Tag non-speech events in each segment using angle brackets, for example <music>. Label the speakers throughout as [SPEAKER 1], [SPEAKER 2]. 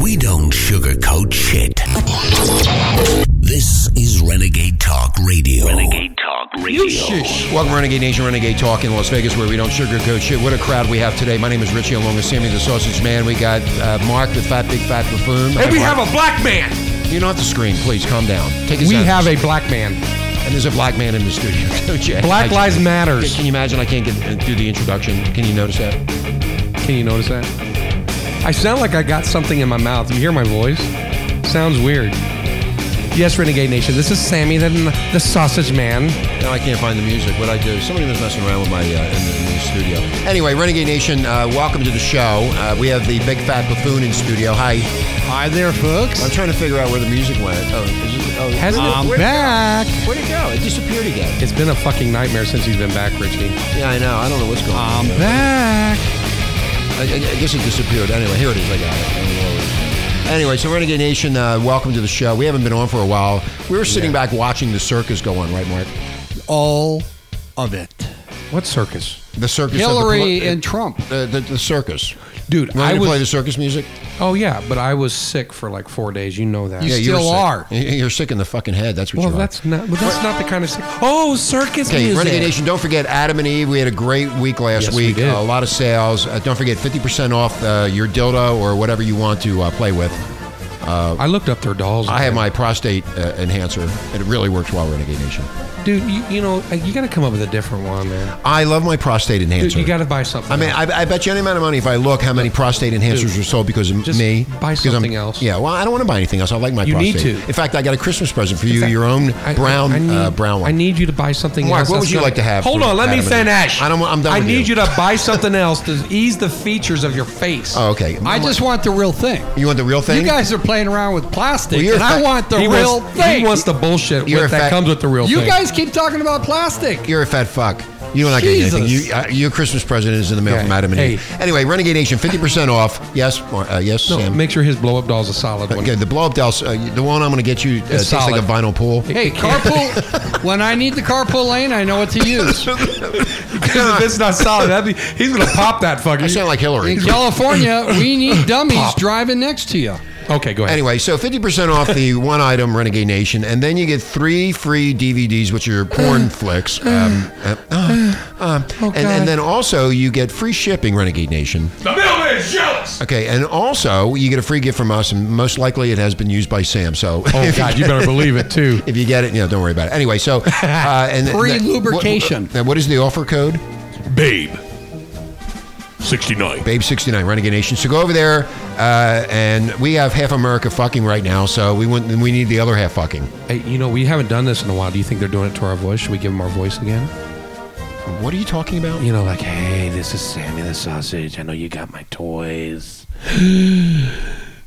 [SPEAKER 1] We don't sugarcoat shit. This is Renegade Talk Radio. Renegade Talk Radio.
[SPEAKER 2] Welcome, Renegade Nation, Renegade Talk in Las Vegas, where we don't sugarcoat shit. What a crowd we have today. My name is Richie, along with Sammy the Sausage Man. We got uh, Mark, the Fat Big Fat Buffoon.
[SPEAKER 3] And we have a black man.
[SPEAKER 2] You don't have to scream, please. Calm down. Take us
[SPEAKER 3] We
[SPEAKER 2] out.
[SPEAKER 3] have a black man.
[SPEAKER 2] And there's a black man in the studio. <laughs> Okay.
[SPEAKER 3] Black
[SPEAKER 2] I-
[SPEAKER 3] Lives Matters.
[SPEAKER 2] Can you imagine? I can't get uh, do the introduction. Can you notice that?
[SPEAKER 3] Can you notice that? I sound like I got something in my mouth. You hear my voice? Sounds weird. Yes, Renegade Nation. This is Sammy, the, the sausage man.
[SPEAKER 2] No, I can't find the music. What I do? Somebody was messing around with my uh, in, the, in the studio. Anyway, Renegade Nation, uh, welcome to the show. Uh, we have the big fat buffoon in studio. Hi.
[SPEAKER 3] Hi there, folks.
[SPEAKER 2] I'm trying to figure out where the music went. Oh, is it, oh
[SPEAKER 3] Hasn't
[SPEAKER 2] where'd
[SPEAKER 3] it-
[SPEAKER 2] go?
[SPEAKER 3] I'm back.
[SPEAKER 2] Where'd it go? It disappeared again.
[SPEAKER 3] It's been a fucking nightmare since he's been back, Richie.
[SPEAKER 2] Yeah, I know. I don't know what's going
[SPEAKER 3] Um,
[SPEAKER 2] on. Yeah.
[SPEAKER 3] back.
[SPEAKER 2] I, I I guess it disappeared. Anyway, here it is. I got it. I don't know where it is. Anyway, so Renegade Nation, uh, welcome to the show. We haven't been on for a while. We were sitting back watching the circus go on, right, Mark?
[SPEAKER 4] all of it.
[SPEAKER 3] What circus?
[SPEAKER 2] The circus. of the
[SPEAKER 4] Hillary
[SPEAKER 2] poli-
[SPEAKER 4] and Trump.
[SPEAKER 2] the, the, the circus.
[SPEAKER 3] Dude,
[SPEAKER 2] Want
[SPEAKER 3] I
[SPEAKER 2] me to
[SPEAKER 3] was.
[SPEAKER 2] play the circus music?
[SPEAKER 3] oh, yeah, but I was sick for like four days. You know that.
[SPEAKER 4] You
[SPEAKER 2] you were
[SPEAKER 4] still
[SPEAKER 2] sick.
[SPEAKER 4] are.
[SPEAKER 2] You- You're sick in the fucking head. That's what
[SPEAKER 3] well,
[SPEAKER 2] you are.
[SPEAKER 3] that's not. But that's not the kind of sick. Oh, circus
[SPEAKER 2] Okay,
[SPEAKER 3] music.
[SPEAKER 2] Renegade Nation, don't forget Adam and Eve. We had a great week last
[SPEAKER 3] Yes, we
[SPEAKER 2] week.
[SPEAKER 3] did.
[SPEAKER 2] a lot of sales. Uh, don't forget 50% off uh, your dildo or whatever you want to uh, play with.
[SPEAKER 3] I looked up their dolls.
[SPEAKER 2] I have my prostate uh, enhancer. It really works well, Renegade Nation.
[SPEAKER 3] Dude, you, you know, you got to come up with a different one, man.
[SPEAKER 2] I love my prostate enhancer.
[SPEAKER 3] Dude, you got to buy something.
[SPEAKER 2] I mean, I, I bet you any amount of money if I look how many prostate enhancers are sold because of
[SPEAKER 3] just
[SPEAKER 2] me.
[SPEAKER 3] buy
[SPEAKER 2] because I'm-
[SPEAKER 3] something else.
[SPEAKER 2] Yeah, well, I don't want to buy anything else. I like my
[SPEAKER 3] You need
[SPEAKER 2] prostate.
[SPEAKER 3] to.
[SPEAKER 2] In fact, I got a Christmas present for you,
[SPEAKER 3] fact,
[SPEAKER 2] your own
[SPEAKER 3] I- I-
[SPEAKER 2] brown
[SPEAKER 3] I need-
[SPEAKER 2] uh, brown one.
[SPEAKER 3] I need you to buy something
[SPEAKER 2] Mark,
[SPEAKER 3] else.
[SPEAKER 2] what would
[SPEAKER 3] that's
[SPEAKER 2] you
[SPEAKER 3] gonna-
[SPEAKER 2] like to have
[SPEAKER 3] Hold
[SPEAKER 2] for
[SPEAKER 3] on, let me
[SPEAKER 2] Adam and Eve?
[SPEAKER 3] finish.
[SPEAKER 2] I don't want- I'm done
[SPEAKER 3] I
[SPEAKER 2] with
[SPEAKER 3] need
[SPEAKER 2] you.
[SPEAKER 3] you. to buy something else to ease the features of your face.
[SPEAKER 2] oh, okay.
[SPEAKER 4] I just want the real thing.
[SPEAKER 2] You want the real thing?
[SPEAKER 4] You guys are playing around with plastic,
[SPEAKER 2] Well, you're
[SPEAKER 4] and
[SPEAKER 2] a
[SPEAKER 4] I
[SPEAKER 2] fa-
[SPEAKER 4] want the
[SPEAKER 3] he
[SPEAKER 4] real
[SPEAKER 3] wants,
[SPEAKER 4] thing.
[SPEAKER 3] He wants the bullshit
[SPEAKER 2] You're a
[SPEAKER 3] with, that
[SPEAKER 2] fact-
[SPEAKER 3] comes with the real
[SPEAKER 4] you
[SPEAKER 3] thing.
[SPEAKER 4] guys keep talking about plastic.
[SPEAKER 2] You're a fat fuck. You're not getting
[SPEAKER 4] Jesus.
[SPEAKER 2] anything. You, uh, your Christmas present is in the mail
[SPEAKER 3] Okay.
[SPEAKER 2] from Adam and
[SPEAKER 3] Hey.
[SPEAKER 2] Eve. Anyway, Renegade Nation, 50% off. Yes, Mar- uh, yes,
[SPEAKER 3] no,
[SPEAKER 2] Sam.
[SPEAKER 3] make sure his blow up doll's a solid one.
[SPEAKER 2] Okay, the blow up dolls, uh, the one I'm going to get you uh, tastes like
[SPEAKER 3] solid.
[SPEAKER 2] a vinyl pool.
[SPEAKER 3] <laughs>
[SPEAKER 4] Hey, carpool. when I need the carpool lane, I know what to
[SPEAKER 3] <laughs>
[SPEAKER 4] use.
[SPEAKER 3] Because if it's not solid, that'd be, he's gonna pop that fucking.
[SPEAKER 2] I sound like Hillary.
[SPEAKER 4] In California, we need dummies driving next to you.
[SPEAKER 3] okay, go ahead.
[SPEAKER 2] Anyway, so 50% off
[SPEAKER 3] <laughs>
[SPEAKER 2] the one item Renegade Nation, and then you get three free DVDs, which are
[SPEAKER 3] <sighs>
[SPEAKER 2] porn flicks. Um, uh, uh,
[SPEAKER 3] Oh,
[SPEAKER 2] uh, and, and then also, you get free shipping, Renegade Nation.
[SPEAKER 3] the middleman's jealous.
[SPEAKER 2] Okay, and also, you get a free gift from us, and most likely it has been used by Sam. So,
[SPEAKER 3] Oh
[SPEAKER 2] if,
[SPEAKER 3] God, you better believe it too. <laughs>
[SPEAKER 2] if you get it, you know, don't worry about it. Anyway, so. Uh, and
[SPEAKER 4] Free
[SPEAKER 2] and-
[SPEAKER 4] lubrication.
[SPEAKER 2] What, now, what is the offer code?
[SPEAKER 5] Babe. 69.
[SPEAKER 2] Babe69, Renegade Nation. So go over there, uh, and we have half America fucking right now, so we, want, we need the other half fucking.
[SPEAKER 3] Hey, you know we haven't done this in a while. Do you think they're doing it to our voice? Should we give them our voice again?
[SPEAKER 2] What are you talking about?
[SPEAKER 3] You know, like, hey, this is Sammy the Sausage. I know you got my <gasps> toys.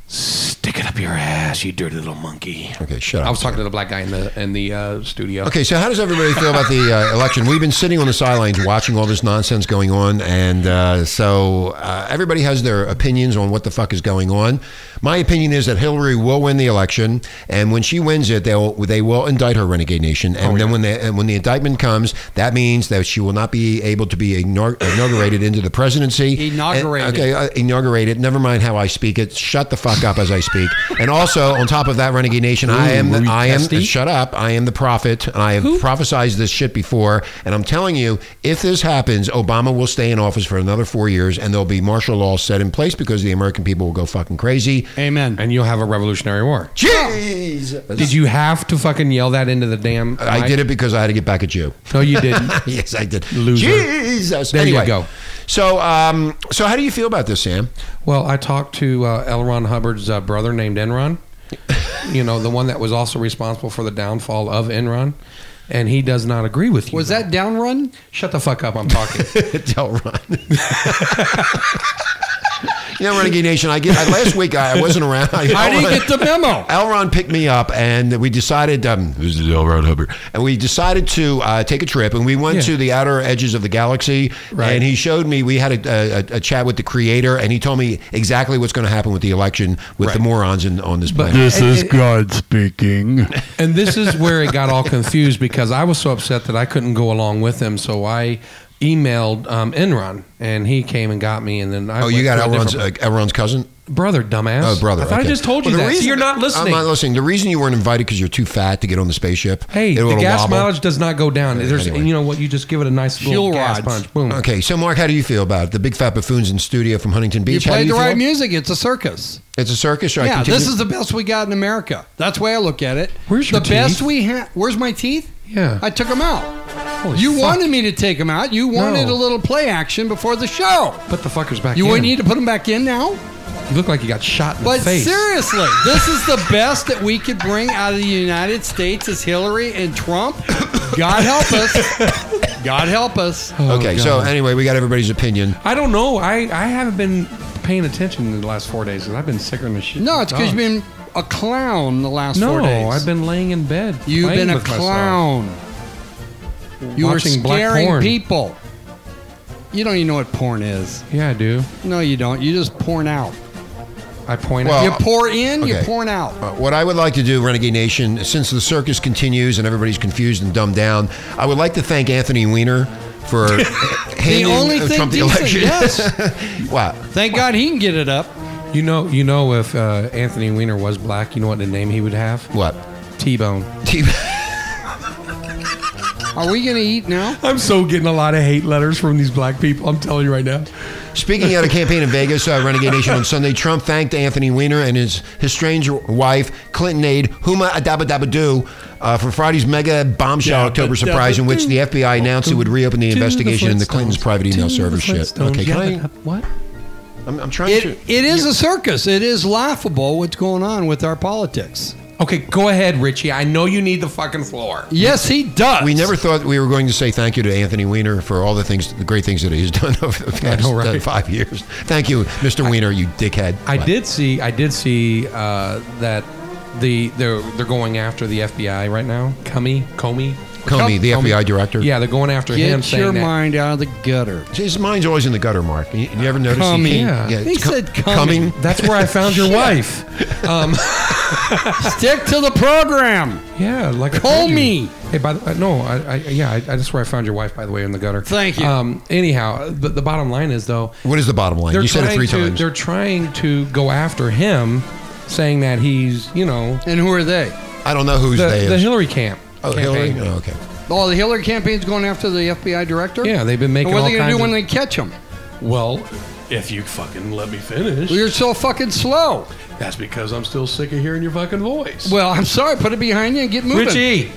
[SPEAKER 3] Stick it up your ass, you dirty little monkey.
[SPEAKER 2] Okay, shut up.
[SPEAKER 3] I was talking to the black guy in the in the uh, studio.
[SPEAKER 2] Okay, so how does everybody feel about the uh, election? We've been sitting on the sidelines watching all this nonsense going on, and uh, so uh, everybody has their opinions on what the fuck is going on. My opinion is that Hillary will win the election, and when she wins it, they'll they will indict her, Renegade Nation, and then when they, and when the indictment comes, that means that she will not be able to be inaug- inaugurated into the presidency.
[SPEAKER 4] Inaugurated.
[SPEAKER 2] And- okay, uh, inaugurated. Never mind how I speak it. Shut the fuck up as I speak. and also, on top of that, Renegade Nation, I am the,
[SPEAKER 3] were we
[SPEAKER 2] I am
[SPEAKER 3] testy?
[SPEAKER 2] shut up. I am the prophet, and I have prophesied this shit before. And I'm telling you, if this happens, Obama will stay in office for another four years, and there'll be martial law set in place because the American people will go fucking crazy.
[SPEAKER 4] Amen.
[SPEAKER 3] And you'll have a revolutionary war.
[SPEAKER 2] Jeez,
[SPEAKER 3] Did you have to fucking yell that into the damn?
[SPEAKER 2] I did it because I had to get back at you. <laughs>
[SPEAKER 3] No, you didn't.
[SPEAKER 2] yes, I did.
[SPEAKER 3] Loser.
[SPEAKER 2] Jesus.
[SPEAKER 3] There you
[SPEAKER 2] Anyway,
[SPEAKER 3] go.
[SPEAKER 2] So, um, so how do you feel about this, Sam? <laughs>
[SPEAKER 3] well, I talked to uh, L. Ron Hubbard's uh, brother named Enron. You know, the one that was also responsible for the downfall of Enron, and he does not agree with you.
[SPEAKER 4] Was that down run?
[SPEAKER 3] Shut the fuck up!
[SPEAKER 2] <laughs>
[SPEAKER 3] I'm talking.
[SPEAKER 2] Del Run. <laughs> you know, Renegade Nation. I get. I, last week I, I wasn't around. I,
[SPEAKER 4] I didn't get the memo.
[SPEAKER 2] Elron picked me up, and we decided um, this is Elron Hubbard, and we decided to uh, take a trip, and we went
[SPEAKER 3] Yeah.
[SPEAKER 2] to the outer edges of the galaxy.
[SPEAKER 3] Right.
[SPEAKER 2] And he showed me. We had a, a, a chat with the creator, and he told me exactly what's going to happen with the election with the
[SPEAKER 3] Right.
[SPEAKER 2] morons in, on this
[SPEAKER 3] But-
[SPEAKER 2] planet.
[SPEAKER 3] This is
[SPEAKER 5] God speaking.
[SPEAKER 3] And this is where it got all confused because I was so upset that I couldn't go along with him. So I emailed um, Enron, and he came and got me, and then I
[SPEAKER 2] Oh, you
[SPEAKER 3] went
[SPEAKER 2] got
[SPEAKER 3] to a
[SPEAKER 2] Elron's, uh,
[SPEAKER 3] different-
[SPEAKER 2] Elron's cousin?
[SPEAKER 3] brother, dumbass.
[SPEAKER 2] Oh, brother.
[SPEAKER 3] I thought
[SPEAKER 2] okay.
[SPEAKER 3] I just told you
[SPEAKER 2] Well, the
[SPEAKER 3] that. See,
[SPEAKER 2] reason-
[SPEAKER 3] you're not listening.
[SPEAKER 2] I'm not listening. The reason you weren't invited because you're too fat to get on the spaceship.
[SPEAKER 3] Hey,
[SPEAKER 2] It
[SPEAKER 3] the
[SPEAKER 2] would've
[SPEAKER 3] gas
[SPEAKER 2] wobbled.
[SPEAKER 3] mileage does not go down. There's,
[SPEAKER 2] anyway.
[SPEAKER 3] you know what? You just give it a nice
[SPEAKER 4] Fuel
[SPEAKER 3] little gas
[SPEAKER 4] rods.
[SPEAKER 3] punch. Boom.
[SPEAKER 2] Okay, so Mark, how do you feel about it? the big fat buffoons in studio from Huntington
[SPEAKER 4] You
[SPEAKER 2] Beach? how do
[SPEAKER 4] played
[SPEAKER 2] you
[SPEAKER 4] the
[SPEAKER 2] feel?
[SPEAKER 4] right music. It's a circus.
[SPEAKER 2] It's a circus. Should I
[SPEAKER 4] yeah,
[SPEAKER 2] continue?
[SPEAKER 4] this is the best we got in America. That's the way I look at it.
[SPEAKER 3] Where's your
[SPEAKER 4] the best
[SPEAKER 3] teeth?
[SPEAKER 4] we have? Where's my teeth?
[SPEAKER 3] Yeah.
[SPEAKER 4] I took them out.
[SPEAKER 3] Holy
[SPEAKER 4] you
[SPEAKER 3] fuck.
[SPEAKER 4] wanted me to take them out. You wanted
[SPEAKER 3] No.
[SPEAKER 4] a little play action before the show.
[SPEAKER 3] Put the fuckers back.
[SPEAKER 4] You
[SPEAKER 3] in.
[SPEAKER 4] wouldn't need to put them back in now.
[SPEAKER 3] You look like you got shot in
[SPEAKER 4] But
[SPEAKER 3] the face.
[SPEAKER 4] seriously, this is the best that we could bring out of the United States is Hillary and Trump. God help
[SPEAKER 3] <laughs>
[SPEAKER 4] us. God help us.
[SPEAKER 2] okay, so anyway, we got everybody's opinion.
[SPEAKER 3] I don't know. I, I haven't been paying attention in the last four days because I've been sicker than shit.
[SPEAKER 4] No, it's because you've
[SPEAKER 3] Dog.
[SPEAKER 4] been a clown the last
[SPEAKER 3] No,
[SPEAKER 4] four days.
[SPEAKER 3] I've been laying in bed.
[SPEAKER 4] You've
[SPEAKER 3] playing
[SPEAKER 4] been a
[SPEAKER 3] with myself.
[SPEAKER 4] clown. You were
[SPEAKER 3] Watching black
[SPEAKER 4] scaring
[SPEAKER 3] porn.
[SPEAKER 4] people. You don't even know what porn is.
[SPEAKER 3] Yeah, I do.
[SPEAKER 4] No, you don't. You just porn out.
[SPEAKER 3] I point
[SPEAKER 2] Well,
[SPEAKER 4] You
[SPEAKER 3] out.
[SPEAKER 4] pour in, you
[SPEAKER 2] okay.
[SPEAKER 4] porn out.
[SPEAKER 2] Uh, what I would like to do, Renegade Nation, since the circus continues and everybody's confused and dumbed down, I would like to thank Anthony Weiner for
[SPEAKER 4] The
[SPEAKER 2] handing
[SPEAKER 4] only
[SPEAKER 2] uh,
[SPEAKER 4] thing
[SPEAKER 2] Trump the
[SPEAKER 4] decent,
[SPEAKER 2] election. <laughs>
[SPEAKER 4] yes.
[SPEAKER 2] Wow.
[SPEAKER 4] Thank God he can get it up.
[SPEAKER 3] You know, you know, if uh, Anthony Weiner was black, you know what the name he would have?
[SPEAKER 2] What? <laughs>
[SPEAKER 3] T Bone.
[SPEAKER 2] T-
[SPEAKER 4] Are we going to eat now?
[SPEAKER 3] I'm so getting a lot of hate letters from these black people. I'm telling you right now.
[SPEAKER 2] Speaking at a campaign in Vegas, uh, Renegade Nation on Sunday, Trump thanked Anthony Weiner and his, his strange wife, Clinton aide Huma Adabadabadu, uh, for Friday's mega bombshell October surprise, in which the FBI announced it would reopen the
[SPEAKER 3] To
[SPEAKER 2] investigation into Clinton's
[SPEAKER 3] Flintstones.
[SPEAKER 2] private
[SPEAKER 3] To
[SPEAKER 2] email
[SPEAKER 3] the
[SPEAKER 2] server shit.
[SPEAKER 3] Flintstones.
[SPEAKER 2] Okay, can I,
[SPEAKER 3] Yeah, but, uh, what?
[SPEAKER 2] I'm, I'm trying to.
[SPEAKER 4] It, it is a circus. It is laughable what's going on with our politics.
[SPEAKER 3] Okay, go ahead, Richie. I know you need the fucking floor.
[SPEAKER 4] Yes, he does.
[SPEAKER 2] We never thought we were going to say thank you to Anthony Weiner for all the things, the great things that he's <laughs> done over the past
[SPEAKER 3] know, right?
[SPEAKER 2] uh, five years. Thank you, Mr. Weiner, you dickhead.
[SPEAKER 3] I
[SPEAKER 2] What?
[SPEAKER 3] did see. I did see uh, that the they're they're going after the FBI right now. Comey, Comey,
[SPEAKER 2] Comey, the FBI director.
[SPEAKER 3] Yeah, they're going after him.
[SPEAKER 4] Get
[SPEAKER 3] Saying
[SPEAKER 4] your
[SPEAKER 3] that-
[SPEAKER 4] mind out of the gutter.
[SPEAKER 2] His mind's always in the gutter, Mark. You, you ever notice?
[SPEAKER 4] Comey.
[SPEAKER 2] He,
[SPEAKER 3] Yeah.
[SPEAKER 2] can't-
[SPEAKER 4] He
[SPEAKER 2] it's co-
[SPEAKER 4] said comey.
[SPEAKER 2] coming.
[SPEAKER 3] That's where I found
[SPEAKER 4] <laughs>
[SPEAKER 3] your wife. Um,
[SPEAKER 4] Stick to the program.
[SPEAKER 3] yeah, like I
[SPEAKER 4] Call
[SPEAKER 3] told you.
[SPEAKER 4] me.
[SPEAKER 3] Hey, by the uh, no, I, I yeah, I, I, that's where I found your wife. By the way, in the gutter.
[SPEAKER 4] Thank you.
[SPEAKER 3] Um, anyhow, the, the bottom line is though,
[SPEAKER 2] What is the bottom line?
[SPEAKER 3] they're
[SPEAKER 2] You said it
[SPEAKER 3] trying
[SPEAKER 2] three
[SPEAKER 3] to
[SPEAKER 2] times.
[SPEAKER 3] they're trying to go after him, saying that he's you know
[SPEAKER 4] And who are they?
[SPEAKER 2] I don't know who's
[SPEAKER 3] the,
[SPEAKER 2] they
[SPEAKER 3] the
[SPEAKER 2] is.
[SPEAKER 3] Hillary camp.
[SPEAKER 2] oh,
[SPEAKER 3] campaign.
[SPEAKER 2] Hillary. Oh, okay.
[SPEAKER 4] Oh, the Hillary campaign's going after the FBI director?
[SPEAKER 3] Yeah, they've been
[SPEAKER 4] And
[SPEAKER 3] making.
[SPEAKER 4] what are
[SPEAKER 3] all
[SPEAKER 4] they going to
[SPEAKER 3] kinds
[SPEAKER 4] do
[SPEAKER 3] of-
[SPEAKER 4] when they catch him?
[SPEAKER 3] Well, if you fucking let me finish,
[SPEAKER 4] You're so fucking slow.
[SPEAKER 3] that's because I'm still sick of hearing your fucking voice.
[SPEAKER 4] Well, I'm sorry. Put it behind you and get moving.
[SPEAKER 3] <laughs> Richie,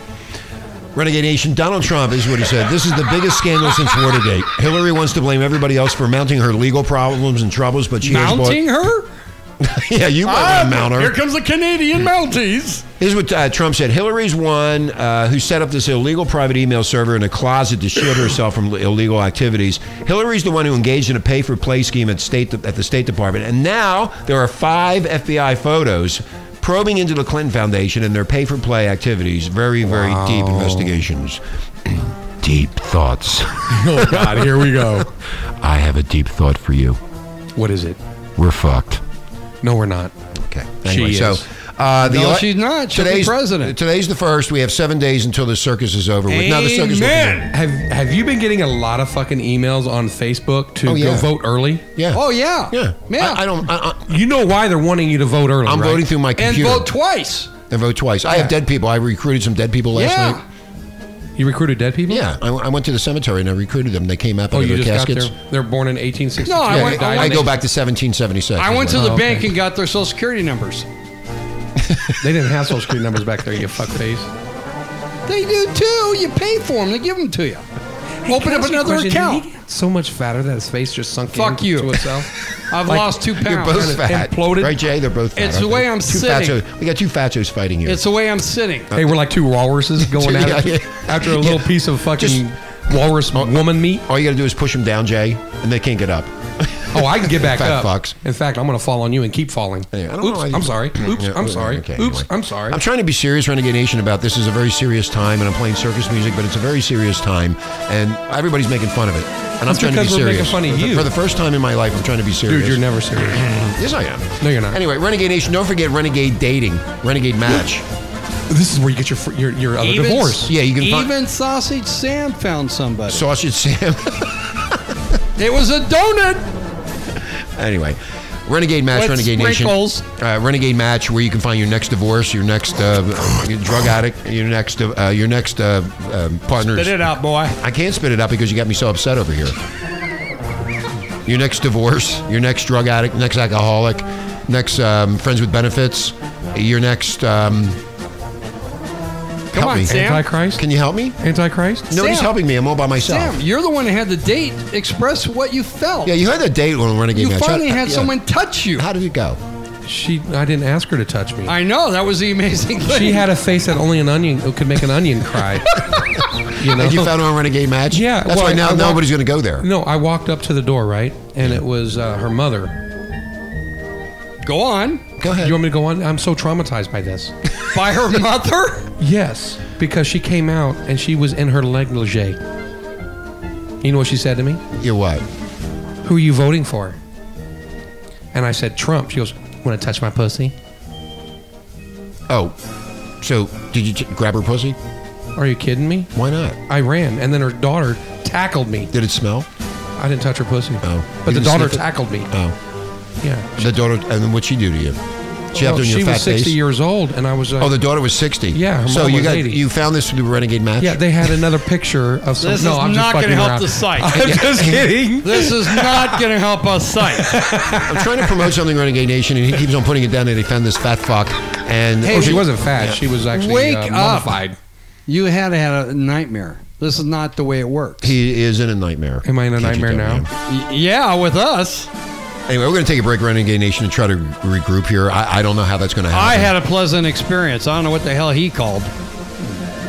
[SPEAKER 2] Renegade Nation, Donald Trump is what he said. This is the biggest scandal since Watergate. Hillary wants to blame everybody else for mounting her legal problems and troubles, but she
[SPEAKER 4] Mounting her?
[SPEAKER 2] Has bought, <laughs> yeah, you might
[SPEAKER 3] Ah,
[SPEAKER 2] want to mount her.
[SPEAKER 4] Here comes the
[SPEAKER 3] Hmm.
[SPEAKER 4] Canadian Mounties.
[SPEAKER 2] Here's what uh, Trump said. Hillary's one uh, who set up this illegal private email server in a closet to shield herself from illegal activities. Hillary's the one who engaged in a pay-for-play scheme at state at the State Department, and now there are five FBI photos probing into the Clinton Foundation and their pay-for-play activities. Very, very deep investigations. deep thoughts.
[SPEAKER 3] <laughs> oh god, here we go.
[SPEAKER 2] I have a deep thought for you.
[SPEAKER 3] What is it?
[SPEAKER 2] We're fucked.
[SPEAKER 3] No, we're not.
[SPEAKER 2] Okay.
[SPEAKER 3] She
[SPEAKER 2] Anyway,
[SPEAKER 3] is.
[SPEAKER 2] so uh, the
[SPEAKER 4] No,
[SPEAKER 2] ele-
[SPEAKER 4] she's not. She'll be
[SPEAKER 2] today's
[SPEAKER 4] president.
[SPEAKER 2] Today's the first. We have seven days until the circus is over. With. Now the circus. will
[SPEAKER 4] Amen.
[SPEAKER 3] Have Have you been getting a lot of fucking emails on Facebook to
[SPEAKER 2] Oh, yeah.
[SPEAKER 3] go vote early?
[SPEAKER 2] continue. Yeah.
[SPEAKER 4] Oh, yeah.
[SPEAKER 2] Yeah.
[SPEAKER 4] Yeah.
[SPEAKER 2] I, I don't. I, I,
[SPEAKER 3] You know why they're wanting you to vote early?
[SPEAKER 2] I'm
[SPEAKER 3] right?
[SPEAKER 2] voting through my
[SPEAKER 4] and
[SPEAKER 2] computer.
[SPEAKER 4] vote twice.
[SPEAKER 2] I vote twice. I have dead people. I recruited some dead people last
[SPEAKER 4] yeah.
[SPEAKER 2] night.
[SPEAKER 3] You recruited dead people?
[SPEAKER 2] Yeah. I, I went to the cemetery and I recruited them. They came out
[SPEAKER 3] Oh,
[SPEAKER 2] out of
[SPEAKER 3] you
[SPEAKER 2] their
[SPEAKER 3] just
[SPEAKER 2] caskets.
[SPEAKER 3] got there. They're born in 1860.
[SPEAKER 4] No, I
[SPEAKER 2] Yeah,
[SPEAKER 4] went-
[SPEAKER 2] I, I go back to 1776.
[SPEAKER 4] I went to the
[SPEAKER 3] Oh, okay.
[SPEAKER 4] bank and got their social security numbers.
[SPEAKER 3] They didn't have social security numbers back there. You fuckface.
[SPEAKER 4] They do too. You pay for them. They give them to you. Open up another
[SPEAKER 2] <laughs>
[SPEAKER 4] account.
[SPEAKER 3] So much fatter that his face just sunk
[SPEAKER 4] Fuck
[SPEAKER 3] in
[SPEAKER 4] you.
[SPEAKER 3] to itself.
[SPEAKER 4] I've
[SPEAKER 3] Like,
[SPEAKER 4] lost two
[SPEAKER 2] They're
[SPEAKER 4] pounds.
[SPEAKER 2] both fat.
[SPEAKER 3] imploded.
[SPEAKER 2] Right, Jay? They're both fat.
[SPEAKER 4] It's the
[SPEAKER 2] aren't they?
[SPEAKER 4] way I'm
[SPEAKER 2] two
[SPEAKER 4] sitting.
[SPEAKER 2] Fachos. We got two fachos fighting here.
[SPEAKER 4] It's the way I'm sitting.
[SPEAKER 3] <laughs> Hey, we're like
[SPEAKER 2] <laughs>
[SPEAKER 3] two walruses going
[SPEAKER 2] Yeah,
[SPEAKER 3] at it
[SPEAKER 2] yeah. Oh.
[SPEAKER 3] after a little piece of fucking walrus woman meat.
[SPEAKER 2] All you got to do is push them down, Jay, and they can't get
[SPEAKER 3] <laughs>
[SPEAKER 2] up.
[SPEAKER 3] Oh, I can get back
[SPEAKER 2] Fat
[SPEAKER 3] up.
[SPEAKER 2] fucks.
[SPEAKER 3] In fact, I'm going to fall on you and keep falling.
[SPEAKER 2] Yeah, I don't know
[SPEAKER 3] Oops,
[SPEAKER 2] why you-
[SPEAKER 3] I'm sorry. Oops,
[SPEAKER 2] Yeah,
[SPEAKER 3] I'm
[SPEAKER 2] okay,
[SPEAKER 3] sorry.
[SPEAKER 2] okay,
[SPEAKER 3] Oops,
[SPEAKER 2] anyway.
[SPEAKER 3] I'm sorry.
[SPEAKER 2] I'm trying to be serious, Renegade Nation, about this. is a very serious time, and I'm playing circus music, but it's a very serious time, and everybody's making fun of it. And
[SPEAKER 3] That's
[SPEAKER 2] I'm trying to be
[SPEAKER 3] because we're making
[SPEAKER 2] serious.
[SPEAKER 3] fun of
[SPEAKER 2] For-
[SPEAKER 3] you.
[SPEAKER 2] For the first time in my life, I'm trying to be serious.
[SPEAKER 3] Dude, you're never serious.
[SPEAKER 2] <laughs> Yes, I am.
[SPEAKER 3] No, you're not.
[SPEAKER 2] Anyway, Renegade Nation, don't forget Renegade Dating, Renegade Match.
[SPEAKER 3] This is where you get your fr- your, your other
[SPEAKER 4] Even-
[SPEAKER 3] divorce.
[SPEAKER 2] Yeah, you can find-
[SPEAKER 4] Even Sausage Sam found somebody.
[SPEAKER 2] Sausage Sam. <laughs>
[SPEAKER 4] it was a donut.
[SPEAKER 2] anyway, Renegade Match,
[SPEAKER 4] With
[SPEAKER 2] Renegade
[SPEAKER 4] sprinkles.
[SPEAKER 2] Nation. Uh, Renegade Match, where you can find your next divorce, your next uh, drug addict, your next uh, your next uh, um, partner's.
[SPEAKER 4] out, boy.
[SPEAKER 2] I can't spit it out because you got me so upset over here. Your next divorce, your next drug addict, next alcoholic, next um, friends with benefits, your next. Um,
[SPEAKER 4] Come
[SPEAKER 2] help
[SPEAKER 4] on,
[SPEAKER 2] me.
[SPEAKER 4] Sam.
[SPEAKER 3] Antichrist.
[SPEAKER 2] Can you help me?
[SPEAKER 3] Antichrist.
[SPEAKER 2] Nobody's
[SPEAKER 4] Sam.
[SPEAKER 2] helping me. I'm all by myself.
[SPEAKER 4] Sam, you're the one that had the date. Express what you felt.
[SPEAKER 2] Yeah, you had a date on Renegade
[SPEAKER 4] you
[SPEAKER 2] Match.
[SPEAKER 4] finally
[SPEAKER 2] How-
[SPEAKER 4] had
[SPEAKER 2] yeah.
[SPEAKER 4] someone touch you.
[SPEAKER 2] How did it go?
[SPEAKER 3] She. I didn't ask her to touch me.
[SPEAKER 4] I know that was the amazing thing.
[SPEAKER 3] she had a face that only an onion could make an onion
[SPEAKER 2] <laughs>
[SPEAKER 3] cry. you know.
[SPEAKER 2] Did you found her on Renegade Match?
[SPEAKER 3] Yeah,
[SPEAKER 2] That's
[SPEAKER 3] well,
[SPEAKER 2] why now
[SPEAKER 3] I walked-
[SPEAKER 2] nobody's going to go there.
[SPEAKER 3] no, I walked up to the door right, and it was uh, her mother.
[SPEAKER 4] go on
[SPEAKER 2] Go
[SPEAKER 3] Do
[SPEAKER 2] ahead.
[SPEAKER 3] you want me to go on? I'm so traumatized
[SPEAKER 2] <laughs>
[SPEAKER 3] by this.
[SPEAKER 4] by her mother.
[SPEAKER 3] Yes, because she came out and she was in her negligee. You know what she said to me?
[SPEAKER 2] You're what?
[SPEAKER 3] Who are you voting for? And I said Trump. She goes, "Want to touch my pussy?
[SPEAKER 2] Oh, so did you t- grab her pussy?
[SPEAKER 3] Are you kidding me?"
[SPEAKER 2] Why not?
[SPEAKER 3] I ran, and then her daughter tackled me.
[SPEAKER 2] Did it smell?
[SPEAKER 3] I didn't touch her pussy.
[SPEAKER 2] Oh.
[SPEAKER 3] but
[SPEAKER 2] You didn't
[SPEAKER 3] the daughter
[SPEAKER 2] sniff it?
[SPEAKER 3] tackled me.
[SPEAKER 2] Oh,
[SPEAKER 3] Yeah,
[SPEAKER 2] the daughter. And then what'd she do to you? She have to
[SPEAKER 3] Well,
[SPEAKER 2] in
[SPEAKER 3] Oh, she
[SPEAKER 2] your fat
[SPEAKER 3] was 60
[SPEAKER 2] face.
[SPEAKER 3] years old, and I was uh, like,
[SPEAKER 2] Oh, the daughter was sixty.
[SPEAKER 3] Yeah, her
[SPEAKER 2] so
[SPEAKER 3] mom
[SPEAKER 2] you
[SPEAKER 3] was
[SPEAKER 2] got
[SPEAKER 3] 80.
[SPEAKER 2] you found this through the Renegade Match.
[SPEAKER 3] yeah, they had another picture of some.
[SPEAKER 4] This
[SPEAKER 3] no,
[SPEAKER 4] is
[SPEAKER 3] I'm
[SPEAKER 4] not
[SPEAKER 3] just
[SPEAKER 4] going to
[SPEAKER 3] fucking
[SPEAKER 4] help
[SPEAKER 3] around.
[SPEAKER 2] <laughs>
[SPEAKER 4] the site.
[SPEAKER 3] I'm just kidding.
[SPEAKER 4] this is not going to help us <laughs> site.
[SPEAKER 2] I'm trying to promote something Renegade Nation, and he keeps on putting it down. And they found this fat fuck. And
[SPEAKER 3] oh, she wasn't fat. She was actually
[SPEAKER 4] Wake
[SPEAKER 3] uh,
[SPEAKER 4] up.
[SPEAKER 3] mummified.
[SPEAKER 4] You had had a nightmare. This is not the way it works.
[SPEAKER 2] He is in a nightmare.
[SPEAKER 3] Am I in a
[SPEAKER 2] Can't you
[SPEAKER 3] nightmare
[SPEAKER 2] tell,
[SPEAKER 3] now?
[SPEAKER 2] man?
[SPEAKER 4] Y- yeah, with us,
[SPEAKER 2] Anyway, we're going to take a break, Renegade Nation, and try to regroup here. I, I don't know how that's going to happen.
[SPEAKER 4] I had a pleasant experience. I don't know what the hell he called.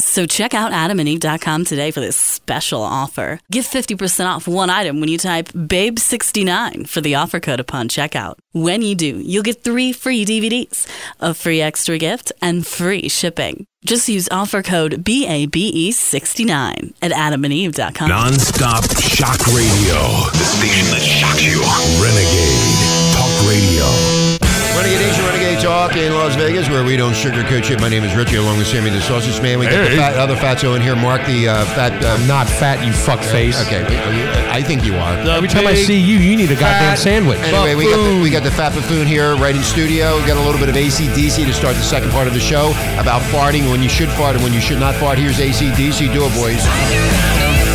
[SPEAKER 6] So check out adamandeve.com today for this special offer. Get 50% off one item when you type BABE69 for the offer code upon checkout. When you do, you'll get three free DVDs, a free extra gift, and free shipping. Just use offer code BABE69 E at adamandeve.com.
[SPEAKER 5] Non-stop shock radio. The station that shocks you. Renegade Talk Radio.
[SPEAKER 2] Renegade Nation, Renegade Talk in Las Vegas, where we don't sugarcoat shit. My name is Richie, along with Sammy the Sausage Man. We got the
[SPEAKER 5] Hey.
[SPEAKER 2] fat, other fatso in here. Mark the uh, fat. Uh,
[SPEAKER 3] Not fat, you fuckface.
[SPEAKER 2] okay, wait, are you, I think you are.
[SPEAKER 3] Every time I
[SPEAKER 4] big
[SPEAKER 3] see you, you need a goddamn
[SPEAKER 4] fat-
[SPEAKER 3] sandwich.
[SPEAKER 2] Anyway, we got, the, we got the Fat Buffoon here right in studio. We got a little bit of ACDC to start the second part of the show about farting, when you should fart and when you should not fart. Here's ACDC. Do it, boys.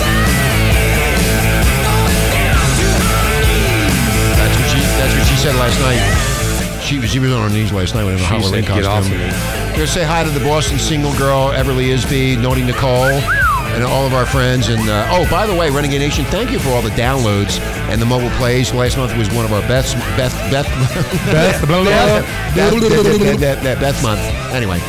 [SPEAKER 2] That's what she, that's what she said last night. She, was- she was on her knees last night in a Halloween
[SPEAKER 3] said, "Get off
[SPEAKER 2] costume.
[SPEAKER 3] of me."
[SPEAKER 2] Just say hi to the Boston single girl, Everly Isby, Naughty Nicole, and all of our friends. And uh, oh, by the way, Renegade Nation, thank you for all the downloads and the mobile plays. Last month was one of our best, best, best,
[SPEAKER 3] Beth, blah, blah,
[SPEAKER 2] Beth, Beth,
[SPEAKER 3] blah,
[SPEAKER 2] Beth,
[SPEAKER 3] blah, blah,
[SPEAKER 2] Beth,
[SPEAKER 3] blah.
[SPEAKER 2] Beth, Beth, Beth month. Anyway,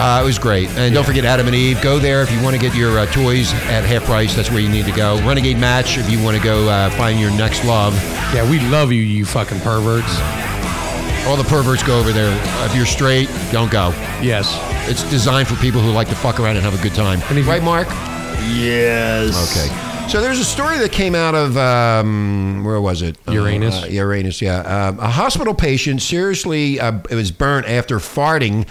[SPEAKER 2] uh, it was great. And don't forget Adam and Eve. Go there if you want to get your uh, toys at half price. That's where you need to go. Renegade Match if you want to go uh, find your next love.
[SPEAKER 3] Yeah, we love you, you fucking perverts.
[SPEAKER 2] All the perverts go over there. If you're straight, don't go.
[SPEAKER 3] Yes.
[SPEAKER 2] It's designed for people who like to fuck around and have a good time.
[SPEAKER 3] And if you-
[SPEAKER 2] Right, Mark?
[SPEAKER 7] Yes.
[SPEAKER 2] Okay. So there's a story that came out of um, where was it?
[SPEAKER 3] Uranus.
[SPEAKER 2] Uh, Uranus, yeah. Um, a hospital patient seriously uh, was burnt after <laughs> farting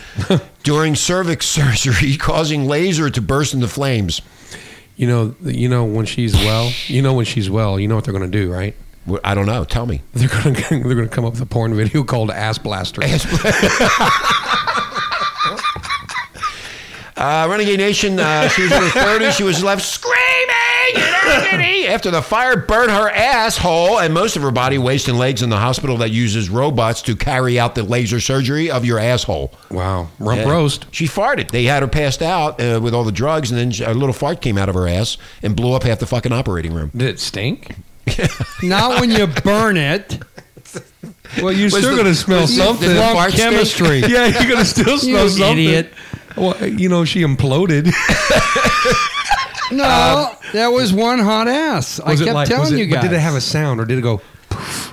[SPEAKER 2] during cervix <laughs> surgery, causing laser to burst into flames.
[SPEAKER 3] You know, you know when she's well. You know when she's well. You know what they're gonna do, right?
[SPEAKER 2] Wh- I don't know. Tell me.
[SPEAKER 3] They're gonna <laughs> they're gonna come up with a porn video called Ass Blaster.
[SPEAKER 2] Uh, Renegade Nation.
[SPEAKER 3] <laughs>
[SPEAKER 2] Uh, she was in her 30s. She was left screaming in agony after the fire burned her asshole and most of her body, waist, and legs in the hospital that uses robots to carry out the laser surgery of your asshole.
[SPEAKER 3] Wow, rump
[SPEAKER 2] Yeah.
[SPEAKER 3] roast.
[SPEAKER 2] She farted. They had her passed out uh, with all the drugs, and then she- a little fart came out of her ass and blew up half the fucking operating room.
[SPEAKER 3] Did it stink?
[SPEAKER 4] Not when you burn it.
[SPEAKER 3] Well, you're
[SPEAKER 2] Was
[SPEAKER 3] still
[SPEAKER 2] the-
[SPEAKER 3] gonna smell
[SPEAKER 2] was the-
[SPEAKER 3] something.
[SPEAKER 2] did the fart stink?
[SPEAKER 3] chemistry. <laughs> yeah, you're
[SPEAKER 4] <laughs>
[SPEAKER 3] gonna still smell
[SPEAKER 4] an
[SPEAKER 3] something.
[SPEAKER 4] idiot.
[SPEAKER 3] Well, you know she <laughs> imploded.
[SPEAKER 4] No, that was one hot ass. I
[SPEAKER 3] Uh, Was it
[SPEAKER 4] kept
[SPEAKER 3] like- was
[SPEAKER 4] telling
[SPEAKER 3] it-
[SPEAKER 4] you guys.
[SPEAKER 3] But did it have a sound or did it go?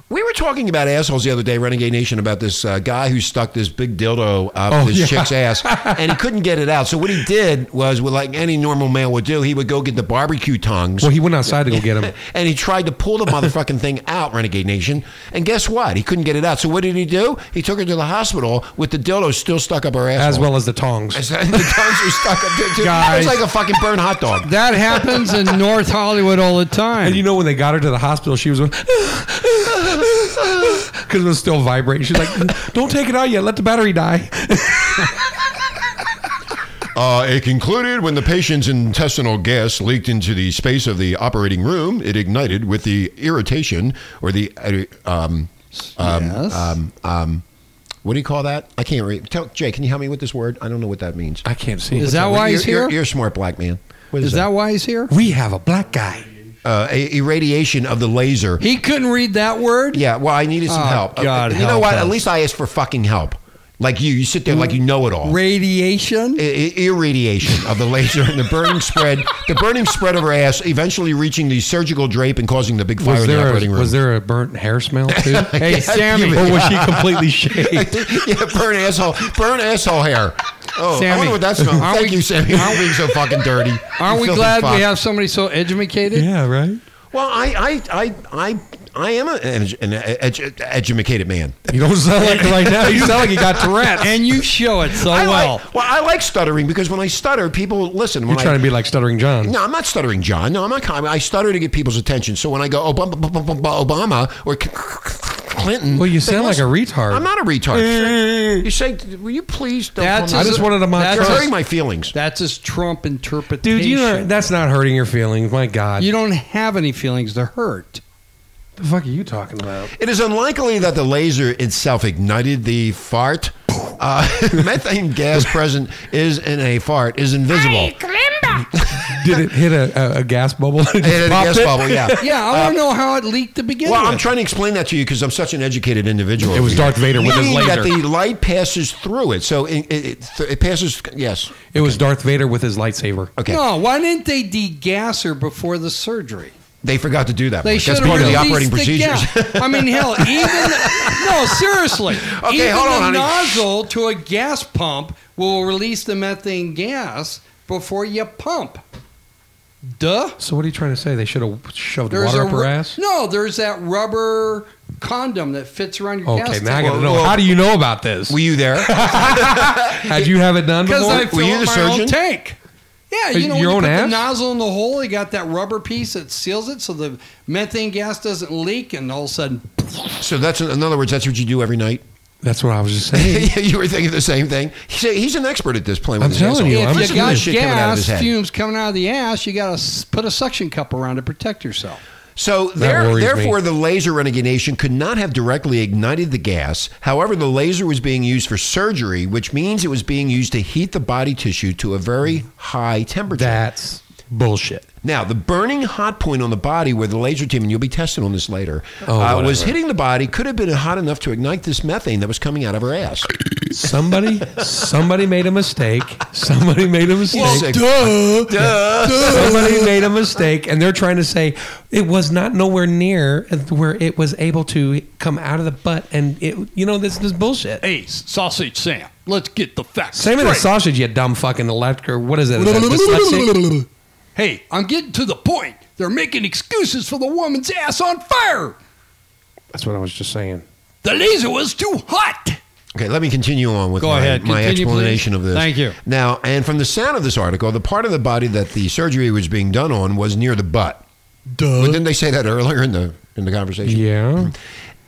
[SPEAKER 2] We were talking about assholes the other day, Renegade Nation, about this uh, guy who stuck this big dildo up
[SPEAKER 3] Oh,
[SPEAKER 2] his
[SPEAKER 3] yeah.
[SPEAKER 2] chick's
[SPEAKER 3] <laughs>
[SPEAKER 2] ass, and he couldn't get it out. So what he did was, well, like any normal man would do, he would go get the barbecue tongs.
[SPEAKER 3] Well, he went outside to go get <laughs> him.
[SPEAKER 2] and he tried to pull the motherfucking thing out, Renegade Nation. And guess what? He couldn't get it out. So what did he do? He took her to the hospital with the dildo still stuck up her asshole.
[SPEAKER 3] As well as the tongs.
[SPEAKER 2] And <laughs> the tongues were stuck up there too.
[SPEAKER 4] Guys.
[SPEAKER 2] It was like a fucking burned hot dog.
[SPEAKER 4] that happens
[SPEAKER 3] <laughs>
[SPEAKER 4] in North Hollywood all the time.
[SPEAKER 3] And you know when they got her to the hospital, she was <laughs> because it was still vibrating. She's like, "Don't take it out yet. Let the battery die."
[SPEAKER 2] <laughs> Uh, it concluded when the patient's intestinal gas leaked into the space of the operating room, it ignited with the irritation or the. Uh, um, um,
[SPEAKER 4] Yes.
[SPEAKER 2] um, um, what do you call that? I can't read. Tell, Jay, can you help me with this word? I don't know what that means.
[SPEAKER 3] I can't see.
[SPEAKER 4] is that why
[SPEAKER 2] you're,
[SPEAKER 4] he's here?
[SPEAKER 2] You're, you're a smart black man. What is,
[SPEAKER 4] is that why he's here?
[SPEAKER 3] We have a black guy.
[SPEAKER 2] Uh, a- irradiation of the laser.
[SPEAKER 4] He couldn't read that word.
[SPEAKER 2] Yeah, well, I needed some
[SPEAKER 4] Oh,
[SPEAKER 2] help. Uh,
[SPEAKER 4] God
[SPEAKER 2] you know
[SPEAKER 4] help
[SPEAKER 2] what? At
[SPEAKER 4] us.
[SPEAKER 2] least I asked for fucking help. Like you, you sit there like you know it all.
[SPEAKER 4] Radiation.
[SPEAKER 2] I- I- irradiation of the laser and the burning spread, the burning spread of her ass, eventually reaching the surgical drape and causing the big fire
[SPEAKER 3] Was
[SPEAKER 2] in the
[SPEAKER 3] there, a,
[SPEAKER 2] operating room.
[SPEAKER 3] was there a burnt hair smell too? <laughs> hey,
[SPEAKER 2] Sammy.
[SPEAKER 3] or was she <laughs> completely shaved?
[SPEAKER 2] <laughs> yeah, burn asshole, burn asshole hair. Oh, I
[SPEAKER 4] Sammy.
[SPEAKER 2] wonder what that smells.
[SPEAKER 4] Aren't
[SPEAKER 2] Thank
[SPEAKER 4] we-
[SPEAKER 2] you, Sammy, for being so fucking dirty. you
[SPEAKER 4] Aren't we
[SPEAKER 2] filthy
[SPEAKER 4] glad
[SPEAKER 2] fuck.
[SPEAKER 4] we have somebody so educated?
[SPEAKER 3] yeah, right.
[SPEAKER 2] Well, I, I, I, I, I am a- an, an edu- educated man.
[SPEAKER 3] You don't sound like it right now. <laughs> You sound like you got Tourette's.
[SPEAKER 4] And you show it so
[SPEAKER 2] I
[SPEAKER 4] well.
[SPEAKER 2] like, well, I like stuttering because when I stutter, people listen. When
[SPEAKER 3] You're
[SPEAKER 2] I-
[SPEAKER 3] trying to be like Stuttering John.
[SPEAKER 2] No, I'm not stuttering, John. No, I'm not. I stutter to get people's attention. So when I go Obama, b- b- b- Obama or C- Clinton,
[SPEAKER 3] Well, you
[SPEAKER 2] they
[SPEAKER 3] sound like
[SPEAKER 2] listen.
[SPEAKER 3] a retard.
[SPEAKER 2] I'm not a
[SPEAKER 3] <laughs>
[SPEAKER 2] retard. you say, will you please? Don't
[SPEAKER 4] That's
[SPEAKER 2] call me-
[SPEAKER 3] I just wanted to mock
[SPEAKER 2] You're
[SPEAKER 4] that's
[SPEAKER 3] Trump.
[SPEAKER 2] hurting
[SPEAKER 4] his,
[SPEAKER 2] my feelings.
[SPEAKER 4] that's his Trump interpretation.
[SPEAKER 3] Dude, you are, that's not hurting your feelings. My God.
[SPEAKER 4] You don't have any feelings to hurt.
[SPEAKER 3] the fuck are you talking about?
[SPEAKER 2] It is unlikely that the laser itself ignited the fart. <laughs>
[SPEAKER 3] <laughs>
[SPEAKER 2] Uh, methane gas present is in a fart is invisible.
[SPEAKER 3] Did it hit a, a, a gas bubble? <laughs> It just
[SPEAKER 2] It had a
[SPEAKER 3] popped
[SPEAKER 2] gas
[SPEAKER 3] it?
[SPEAKER 2] bubble, yeah.
[SPEAKER 4] Yeah, I want to know how it leaked to begin
[SPEAKER 2] Well,
[SPEAKER 4] with.
[SPEAKER 2] I'm trying to explain that to you because I'm such an educated individual.
[SPEAKER 3] It was Darth Vader with his
[SPEAKER 2] Meaning
[SPEAKER 3] laser.
[SPEAKER 2] That the light passes through it, so it, it, it, it passes. Yes.
[SPEAKER 3] It was Darth Vader with his lightsaber.
[SPEAKER 2] Okay.
[SPEAKER 4] No, why didn't they degas her before the surgery?
[SPEAKER 2] They forgot to do that.
[SPEAKER 4] They
[SPEAKER 2] Mike.
[SPEAKER 4] should
[SPEAKER 2] That's
[SPEAKER 4] have
[SPEAKER 2] part of the
[SPEAKER 4] released
[SPEAKER 2] operating
[SPEAKER 4] gas.
[SPEAKER 2] procedures. <laughs>
[SPEAKER 4] I mean, hell, even no, seriously.
[SPEAKER 2] Okay,
[SPEAKER 4] even
[SPEAKER 2] hold on, honey.
[SPEAKER 4] the nozzle to a gas pump will release the methane gas before you pump. Duh.
[SPEAKER 3] So what are you trying to say? They should have shoved water
[SPEAKER 4] a
[SPEAKER 3] up her
[SPEAKER 4] ru-
[SPEAKER 3] ass?
[SPEAKER 4] No, there's that rubber condom that fits around your
[SPEAKER 3] Okay,
[SPEAKER 4] gas
[SPEAKER 3] now I got to
[SPEAKER 4] tank.
[SPEAKER 3] know. How do you know about this?
[SPEAKER 2] Were you
[SPEAKER 3] <laughs>
[SPEAKER 2] there?
[SPEAKER 3] Had you have it <laughs> done
[SPEAKER 4] Because
[SPEAKER 3] before?
[SPEAKER 4] I
[SPEAKER 2] Were
[SPEAKER 4] fill
[SPEAKER 2] you
[SPEAKER 4] up
[SPEAKER 2] the
[SPEAKER 4] my
[SPEAKER 2] surgeon?
[SPEAKER 4] own tank. Yeah,
[SPEAKER 3] Uh,
[SPEAKER 4] you know,
[SPEAKER 3] your
[SPEAKER 4] when you put
[SPEAKER 3] own ass?
[SPEAKER 4] the nozzle in the hole, they got that rubber piece that seals it so the methane gas doesn't leak, and all of a sudden,
[SPEAKER 2] so that's in other words, that's what you do every night. <laughs>
[SPEAKER 3] That's what I was just saying.
[SPEAKER 2] you were thinking the same thing. He's, a, he's an expert at this playing
[SPEAKER 3] I'm
[SPEAKER 2] with his
[SPEAKER 3] telling
[SPEAKER 2] asshole.
[SPEAKER 3] you, I'm
[SPEAKER 4] if
[SPEAKER 3] just
[SPEAKER 4] you
[SPEAKER 2] Look at
[SPEAKER 4] got
[SPEAKER 2] this shit coming out of his
[SPEAKER 4] gas
[SPEAKER 2] head.
[SPEAKER 4] fumes coming out of the ass, you got to put a suction cup around to protect yourself.
[SPEAKER 2] So there,
[SPEAKER 3] worries me.
[SPEAKER 2] therefore, the laser renegade nation could not have directly ignited the gas. However, the laser was being used for surgery, which means it was being used to heat the body tissue to a very high temperature.
[SPEAKER 3] That's bullshit.
[SPEAKER 2] Now, the burning hot point on the body where the laser team, and you'll be tested on this later,
[SPEAKER 4] Oh,
[SPEAKER 2] uh, was hitting the body could have been hot enough to ignite this methane that was coming out of her ass.
[SPEAKER 3] Somebody, somebody made a mistake. Somebody made a mistake.
[SPEAKER 2] Well,
[SPEAKER 3] duh, Somebody made a mistake, and they're trying to say it was not nowhere near where it was able to come out of the butt, and it, you know, this is bullshit.
[SPEAKER 4] Hey, Sausage Sam, let's get the facts.
[SPEAKER 3] Same as a
[SPEAKER 4] straight.
[SPEAKER 3] sausage, you dumb fucking elect or what is it? Is that dyslexic?
[SPEAKER 4] Hey, I'm getting to the point. They're making excuses for the woman's ass on fire.
[SPEAKER 3] That's what I was just saying.
[SPEAKER 4] The laser was too hot.
[SPEAKER 2] Okay, let me continue on with
[SPEAKER 4] Go
[SPEAKER 2] my,
[SPEAKER 4] ahead.
[SPEAKER 2] my
[SPEAKER 4] Continue,
[SPEAKER 2] explanation
[SPEAKER 4] please.
[SPEAKER 2] of this.
[SPEAKER 4] Thank you.
[SPEAKER 2] Now, and from the sound of this article, the part of the body that the surgery was being done on was near the butt. But didn't they say that earlier in the in the conversation?
[SPEAKER 3] Yeah.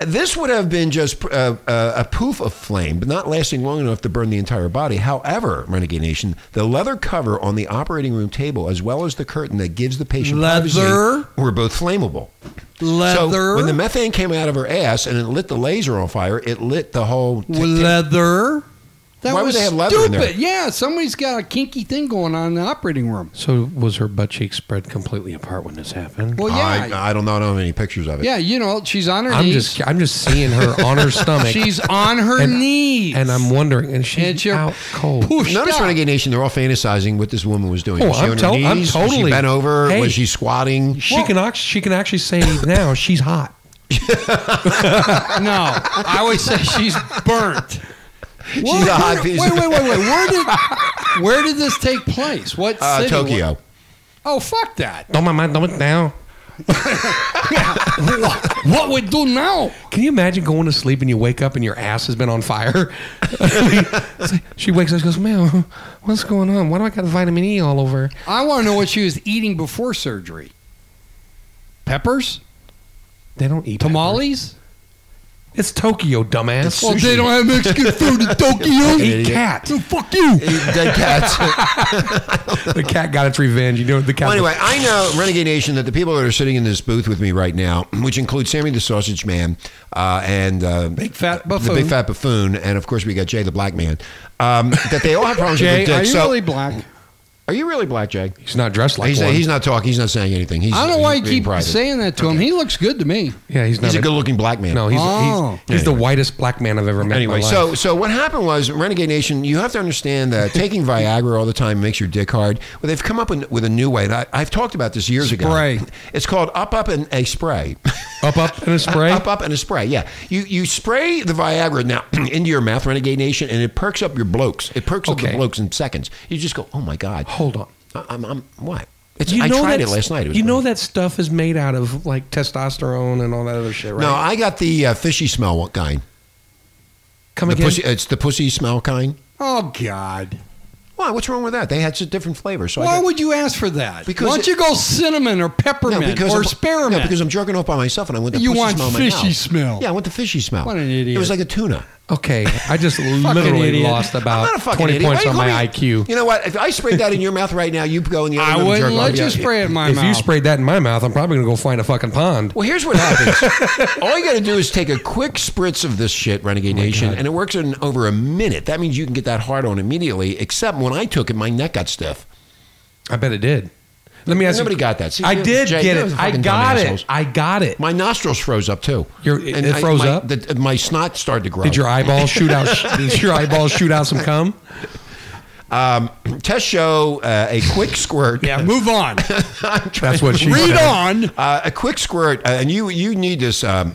[SPEAKER 2] This would have been just uh, uh, a poof of flame, but not lasting long enough to burn the entire body. However, Renegade Nation, the leather cover on the operating room table, as well as the curtain that gives the patient
[SPEAKER 4] Leather?
[SPEAKER 2] privacy, were both flammable. So when the methane came out of her ass and it lit the laser on fire, it lit the whole. t- t-
[SPEAKER 4] leather. That
[SPEAKER 2] Why would
[SPEAKER 4] was
[SPEAKER 2] they have
[SPEAKER 4] stupid.
[SPEAKER 2] leather in there?
[SPEAKER 4] Yeah, somebody's got a kinky thing going on in the operating room.
[SPEAKER 3] So was her butt cheek spread completely apart when this happened?
[SPEAKER 4] Well, yeah,
[SPEAKER 2] I, I don't know. I don't have any pictures of it.
[SPEAKER 4] yeah. You know, she's on her
[SPEAKER 3] I'm
[SPEAKER 4] knees.
[SPEAKER 3] just, I'm just seeing her on her
[SPEAKER 4] <laughs>
[SPEAKER 3] stomach.
[SPEAKER 4] she's on her
[SPEAKER 3] And-
[SPEAKER 4] knees,
[SPEAKER 3] and I'm wondering, and she's
[SPEAKER 4] And you're
[SPEAKER 3] out cold.
[SPEAKER 4] pushed
[SPEAKER 2] Notice
[SPEAKER 4] up.
[SPEAKER 2] Renegade Nation, they're all fantasizing what this woman was doing.
[SPEAKER 3] Oh,
[SPEAKER 2] was she
[SPEAKER 3] I'm
[SPEAKER 2] on
[SPEAKER 3] to-
[SPEAKER 2] her knees?
[SPEAKER 3] I'm
[SPEAKER 2] Was she
[SPEAKER 3] totally-
[SPEAKER 2] bent over?
[SPEAKER 3] Hey.
[SPEAKER 2] Was she squatting?
[SPEAKER 3] She can act- she can actually say now she's hot.
[SPEAKER 4] No, I would say she's burnt.
[SPEAKER 2] <laughs> She's a hot
[SPEAKER 4] where,
[SPEAKER 2] piece.
[SPEAKER 4] Wait, wait, wait, wait.
[SPEAKER 2] <laughs>
[SPEAKER 4] Where did where did this take place? What
[SPEAKER 2] Uh,
[SPEAKER 4] city?
[SPEAKER 2] Tokyo.
[SPEAKER 4] Oh, fuck that.
[SPEAKER 3] Don't mind my stomach now.
[SPEAKER 4] What we do now?
[SPEAKER 3] Can you imagine going to sleep and you wake up and your ass has been on fire? <laughs> I mean, it's like- she wakes up and goes, "Man, what's going on? Why do I got vitamin E all over?"
[SPEAKER 4] I want to know what she was eating before surgery. Peppers,
[SPEAKER 3] They don't eat peppers.
[SPEAKER 4] tamales.
[SPEAKER 3] It's Tokyo, dumbass.
[SPEAKER 4] Well, they don't
[SPEAKER 2] <laughs>
[SPEAKER 4] have Mexican food in
[SPEAKER 3] Don't
[SPEAKER 4] Tokyo.
[SPEAKER 3] eat cat.
[SPEAKER 4] fuck you.
[SPEAKER 2] <laughs> Dead
[SPEAKER 3] <laughs>
[SPEAKER 2] cats.
[SPEAKER 3] The cat got its revenge. You know the cat.
[SPEAKER 2] Well, anyway, I know Renegade Nation that the people that are sitting in this booth with me right now, which include Sammy the Sausage Man uh, and uh, Big
[SPEAKER 4] Fat
[SPEAKER 2] the Big
[SPEAKER 4] Buffoon.
[SPEAKER 2] Fat Buffoon, and of course we got Jay the Black Man. Um, that they all have problems
[SPEAKER 4] <laughs> Jay,
[SPEAKER 2] with their
[SPEAKER 4] are
[SPEAKER 2] dick.
[SPEAKER 4] you
[SPEAKER 2] so,
[SPEAKER 4] really black?
[SPEAKER 2] are you really black, Jay?
[SPEAKER 3] he's not dressed like
[SPEAKER 2] He's,
[SPEAKER 3] one.
[SPEAKER 2] he's not talking. He's not saying anything. He's,
[SPEAKER 4] I don't know why you
[SPEAKER 2] he's being
[SPEAKER 4] keep
[SPEAKER 2] private.
[SPEAKER 4] saying that to him. He looks good to me.
[SPEAKER 3] yeah, he's not.
[SPEAKER 2] He's a good-looking black man.
[SPEAKER 3] No, he's
[SPEAKER 4] Oh.
[SPEAKER 3] he's, he's the whitest black man I've ever met.
[SPEAKER 2] Anyway,
[SPEAKER 3] in my life.
[SPEAKER 2] so so what happened was Renegade Nation. You have to understand that taking Viagra all the time makes your dick hard. Well, they've come up with, with a new way, and I, I've talked about this years
[SPEAKER 4] Spray.
[SPEAKER 2] ago. It's called up up and a spray.
[SPEAKER 3] up, up, and a spray.
[SPEAKER 2] Up, up, and a spray. Yeah, you you spray the Viagra now <clears throat> into your mouth, Renegade Nation, and it perks up your blokes. It perks up
[SPEAKER 3] Okay.
[SPEAKER 2] the blokes in seconds. You just go, oh my
[SPEAKER 4] <gasps>
[SPEAKER 2] god.
[SPEAKER 3] Hold on.
[SPEAKER 2] I- I'm, I'm what? It's, I tried it
[SPEAKER 3] that's-
[SPEAKER 2] last night. It was
[SPEAKER 3] you know
[SPEAKER 2] great.
[SPEAKER 3] that stuff is made out of like testosterone and all that other shit, right?
[SPEAKER 2] No, I got the uh, fishy smell kind.
[SPEAKER 3] come
[SPEAKER 2] the
[SPEAKER 3] again.
[SPEAKER 2] pussy, it's the pussy smell kind.
[SPEAKER 4] Oh God!
[SPEAKER 2] Why? What's wrong with that? They had s- different flavors. So I
[SPEAKER 4] Why
[SPEAKER 2] got,
[SPEAKER 4] would you ask for that?
[SPEAKER 2] Because
[SPEAKER 4] Why don't
[SPEAKER 2] it-
[SPEAKER 4] you go cinnamon or peppermint or
[SPEAKER 2] I'm,
[SPEAKER 4] spearmint?
[SPEAKER 2] No, because I'm jerking off by myself, and I want the
[SPEAKER 4] You
[SPEAKER 2] pussy
[SPEAKER 4] want
[SPEAKER 2] smell in my
[SPEAKER 4] fishy
[SPEAKER 2] mouth.
[SPEAKER 4] smell.
[SPEAKER 2] Yeah, I want the fishy smell.
[SPEAKER 4] What an idiot.
[SPEAKER 2] It was like a tuna.
[SPEAKER 3] Okay,
[SPEAKER 2] <laughs>
[SPEAKER 3] I just
[SPEAKER 4] Fucking
[SPEAKER 3] literally
[SPEAKER 4] idiot.
[SPEAKER 3] lost
[SPEAKER 2] I'm
[SPEAKER 3] about
[SPEAKER 2] not a fucking
[SPEAKER 3] 20
[SPEAKER 2] idiot.
[SPEAKER 3] points
[SPEAKER 2] Why
[SPEAKER 3] on
[SPEAKER 2] you
[SPEAKER 3] my
[SPEAKER 2] call me-
[SPEAKER 3] IQ.
[SPEAKER 2] You know what? If I sprayed that in your mouth right now, you go in the other
[SPEAKER 4] I
[SPEAKER 2] room and
[SPEAKER 4] wouldn't
[SPEAKER 2] jerk
[SPEAKER 4] let
[SPEAKER 2] off.
[SPEAKER 4] you
[SPEAKER 2] Yeah.
[SPEAKER 4] spray it in my
[SPEAKER 3] if
[SPEAKER 4] mouth.
[SPEAKER 3] you spray that in my mouth, I'm probably going to go find a fucking pond.
[SPEAKER 2] Well, here's what happens. <laughs> All you got to do is take a quick spritz of this shit,
[SPEAKER 3] Oh
[SPEAKER 2] Renegade Nation, and it works in over a minute. That means you can get that hard on immediately. Except when I took it, my neck got stiff.
[SPEAKER 3] I bet it did. Let me ask
[SPEAKER 2] Nobody
[SPEAKER 3] you.
[SPEAKER 2] got that. See,
[SPEAKER 3] I
[SPEAKER 2] you-
[SPEAKER 3] did
[SPEAKER 2] Jay,
[SPEAKER 3] get
[SPEAKER 2] you
[SPEAKER 3] it.
[SPEAKER 2] fucking
[SPEAKER 3] I
[SPEAKER 2] dumb
[SPEAKER 3] got
[SPEAKER 2] assholes.
[SPEAKER 3] it. I got it.
[SPEAKER 2] My nostrils froze up too.
[SPEAKER 3] Your- it froze
[SPEAKER 2] my,
[SPEAKER 3] up?
[SPEAKER 2] The, my snot started to grow.
[SPEAKER 3] Did
[SPEAKER 2] <laughs>
[SPEAKER 3] your eyeballs shoot out? did your eyeballs shoot out some cum?
[SPEAKER 2] Tests show uh, a quick squirt.
[SPEAKER 3] <laughs>
[SPEAKER 4] Yeah, move <laughs> on.
[SPEAKER 3] That's what she
[SPEAKER 4] Read
[SPEAKER 3] said.
[SPEAKER 4] on.
[SPEAKER 2] Uh, a quick squirt, uh, and you you need this. Um,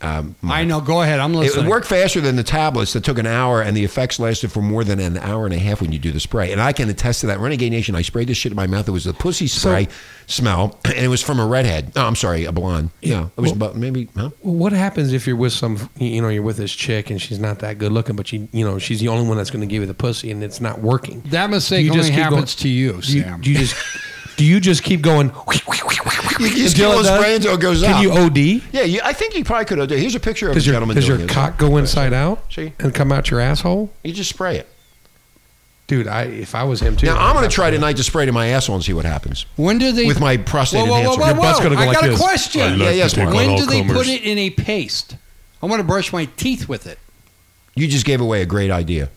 [SPEAKER 2] um,
[SPEAKER 4] I know. Go ahead. I'm
[SPEAKER 2] it
[SPEAKER 4] listening.
[SPEAKER 2] worked faster than the tablets that took an hour, and the effects lasted for more than an hour and a half when you do the spray. And I can attest to that. Renegade Nation, I sprayed this shit in my mouth. It was a pussy spray smell, <clears throat> and it was from a redhead. No, I'm sorry, a blonde. Yeah, it was about maybe. Huh?
[SPEAKER 3] What happens if you're with some, you know, you're with this chick and she's not that good looking, but she, you know, she's the only one that's going to give you the pussy and it's not working.
[SPEAKER 4] That mistake
[SPEAKER 3] You
[SPEAKER 4] only
[SPEAKER 3] just keep going-
[SPEAKER 4] happens to
[SPEAKER 2] Oh,
[SPEAKER 4] you,
[SPEAKER 3] Do you,
[SPEAKER 4] Sam.
[SPEAKER 3] do you just, do you just
[SPEAKER 2] <laughs>
[SPEAKER 3] keep going?
[SPEAKER 2] You just
[SPEAKER 3] until
[SPEAKER 2] keep
[SPEAKER 3] it
[SPEAKER 2] on
[SPEAKER 3] does?
[SPEAKER 2] spraying until it goes
[SPEAKER 3] Can
[SPEAKER 2] up.
[SPEAKER 3] you OD?
[SPEAKER 2] Yeah, you, I think you probably could. have done- Here's a picture of a
[SPEAKER 3] Does your,
[SPEAKER 2] gentleman.
[SPEAKER 3] does
[SPEAKER 2] doing
[SPEAKER 3] your
[SPEAKER 2] this.
[SPEAKER 3] cock go inside out
[SPEAKER 2] See?
[SPEAKER 3] and come out your asshole?
[SPEAKER 2] You just spray it.
[SPEAKER 3] Dude, I if I was him too.
[SPEAKER 2] Now I'm going
[SPEAKER 3] I'd
[SPEAKER 2] to try tonight to spray to my asshole and see what happens.
[SPEAKER 4] When do they
[SPEAKER 2] With my prostate
[SPEAKER 4] Whoa, whoa, whoa,
[SPEAKER 2] enhancer.
[SPEAKER 4] whoa,
[SPEAKER 2] Your
[SPEAKER 4] whoa.
[SPEAKER 3] butt's gonna go
[SPEAKER 4] I
[SPEAKER 3] like
[SPEAKER 4] got
[SPEAKER 3] this.
[SPEAKER 4] a question.
[SPEAKER 5] I like
[SPEAKER 2] Yeah, yes,
[SPEAKER 5] to take
[SPEAKER 2] Mark.
[SPEAKER 5] on
[SPEAKER 4] When
[SPEAKER 5] all
[SPEAKER 4] do they
[SPEAKER 5] comers.
[SPEAKER 4] put it in a paste? I want to brush my teeth with it.
[SPEAKER 2] You just gave away a great idea.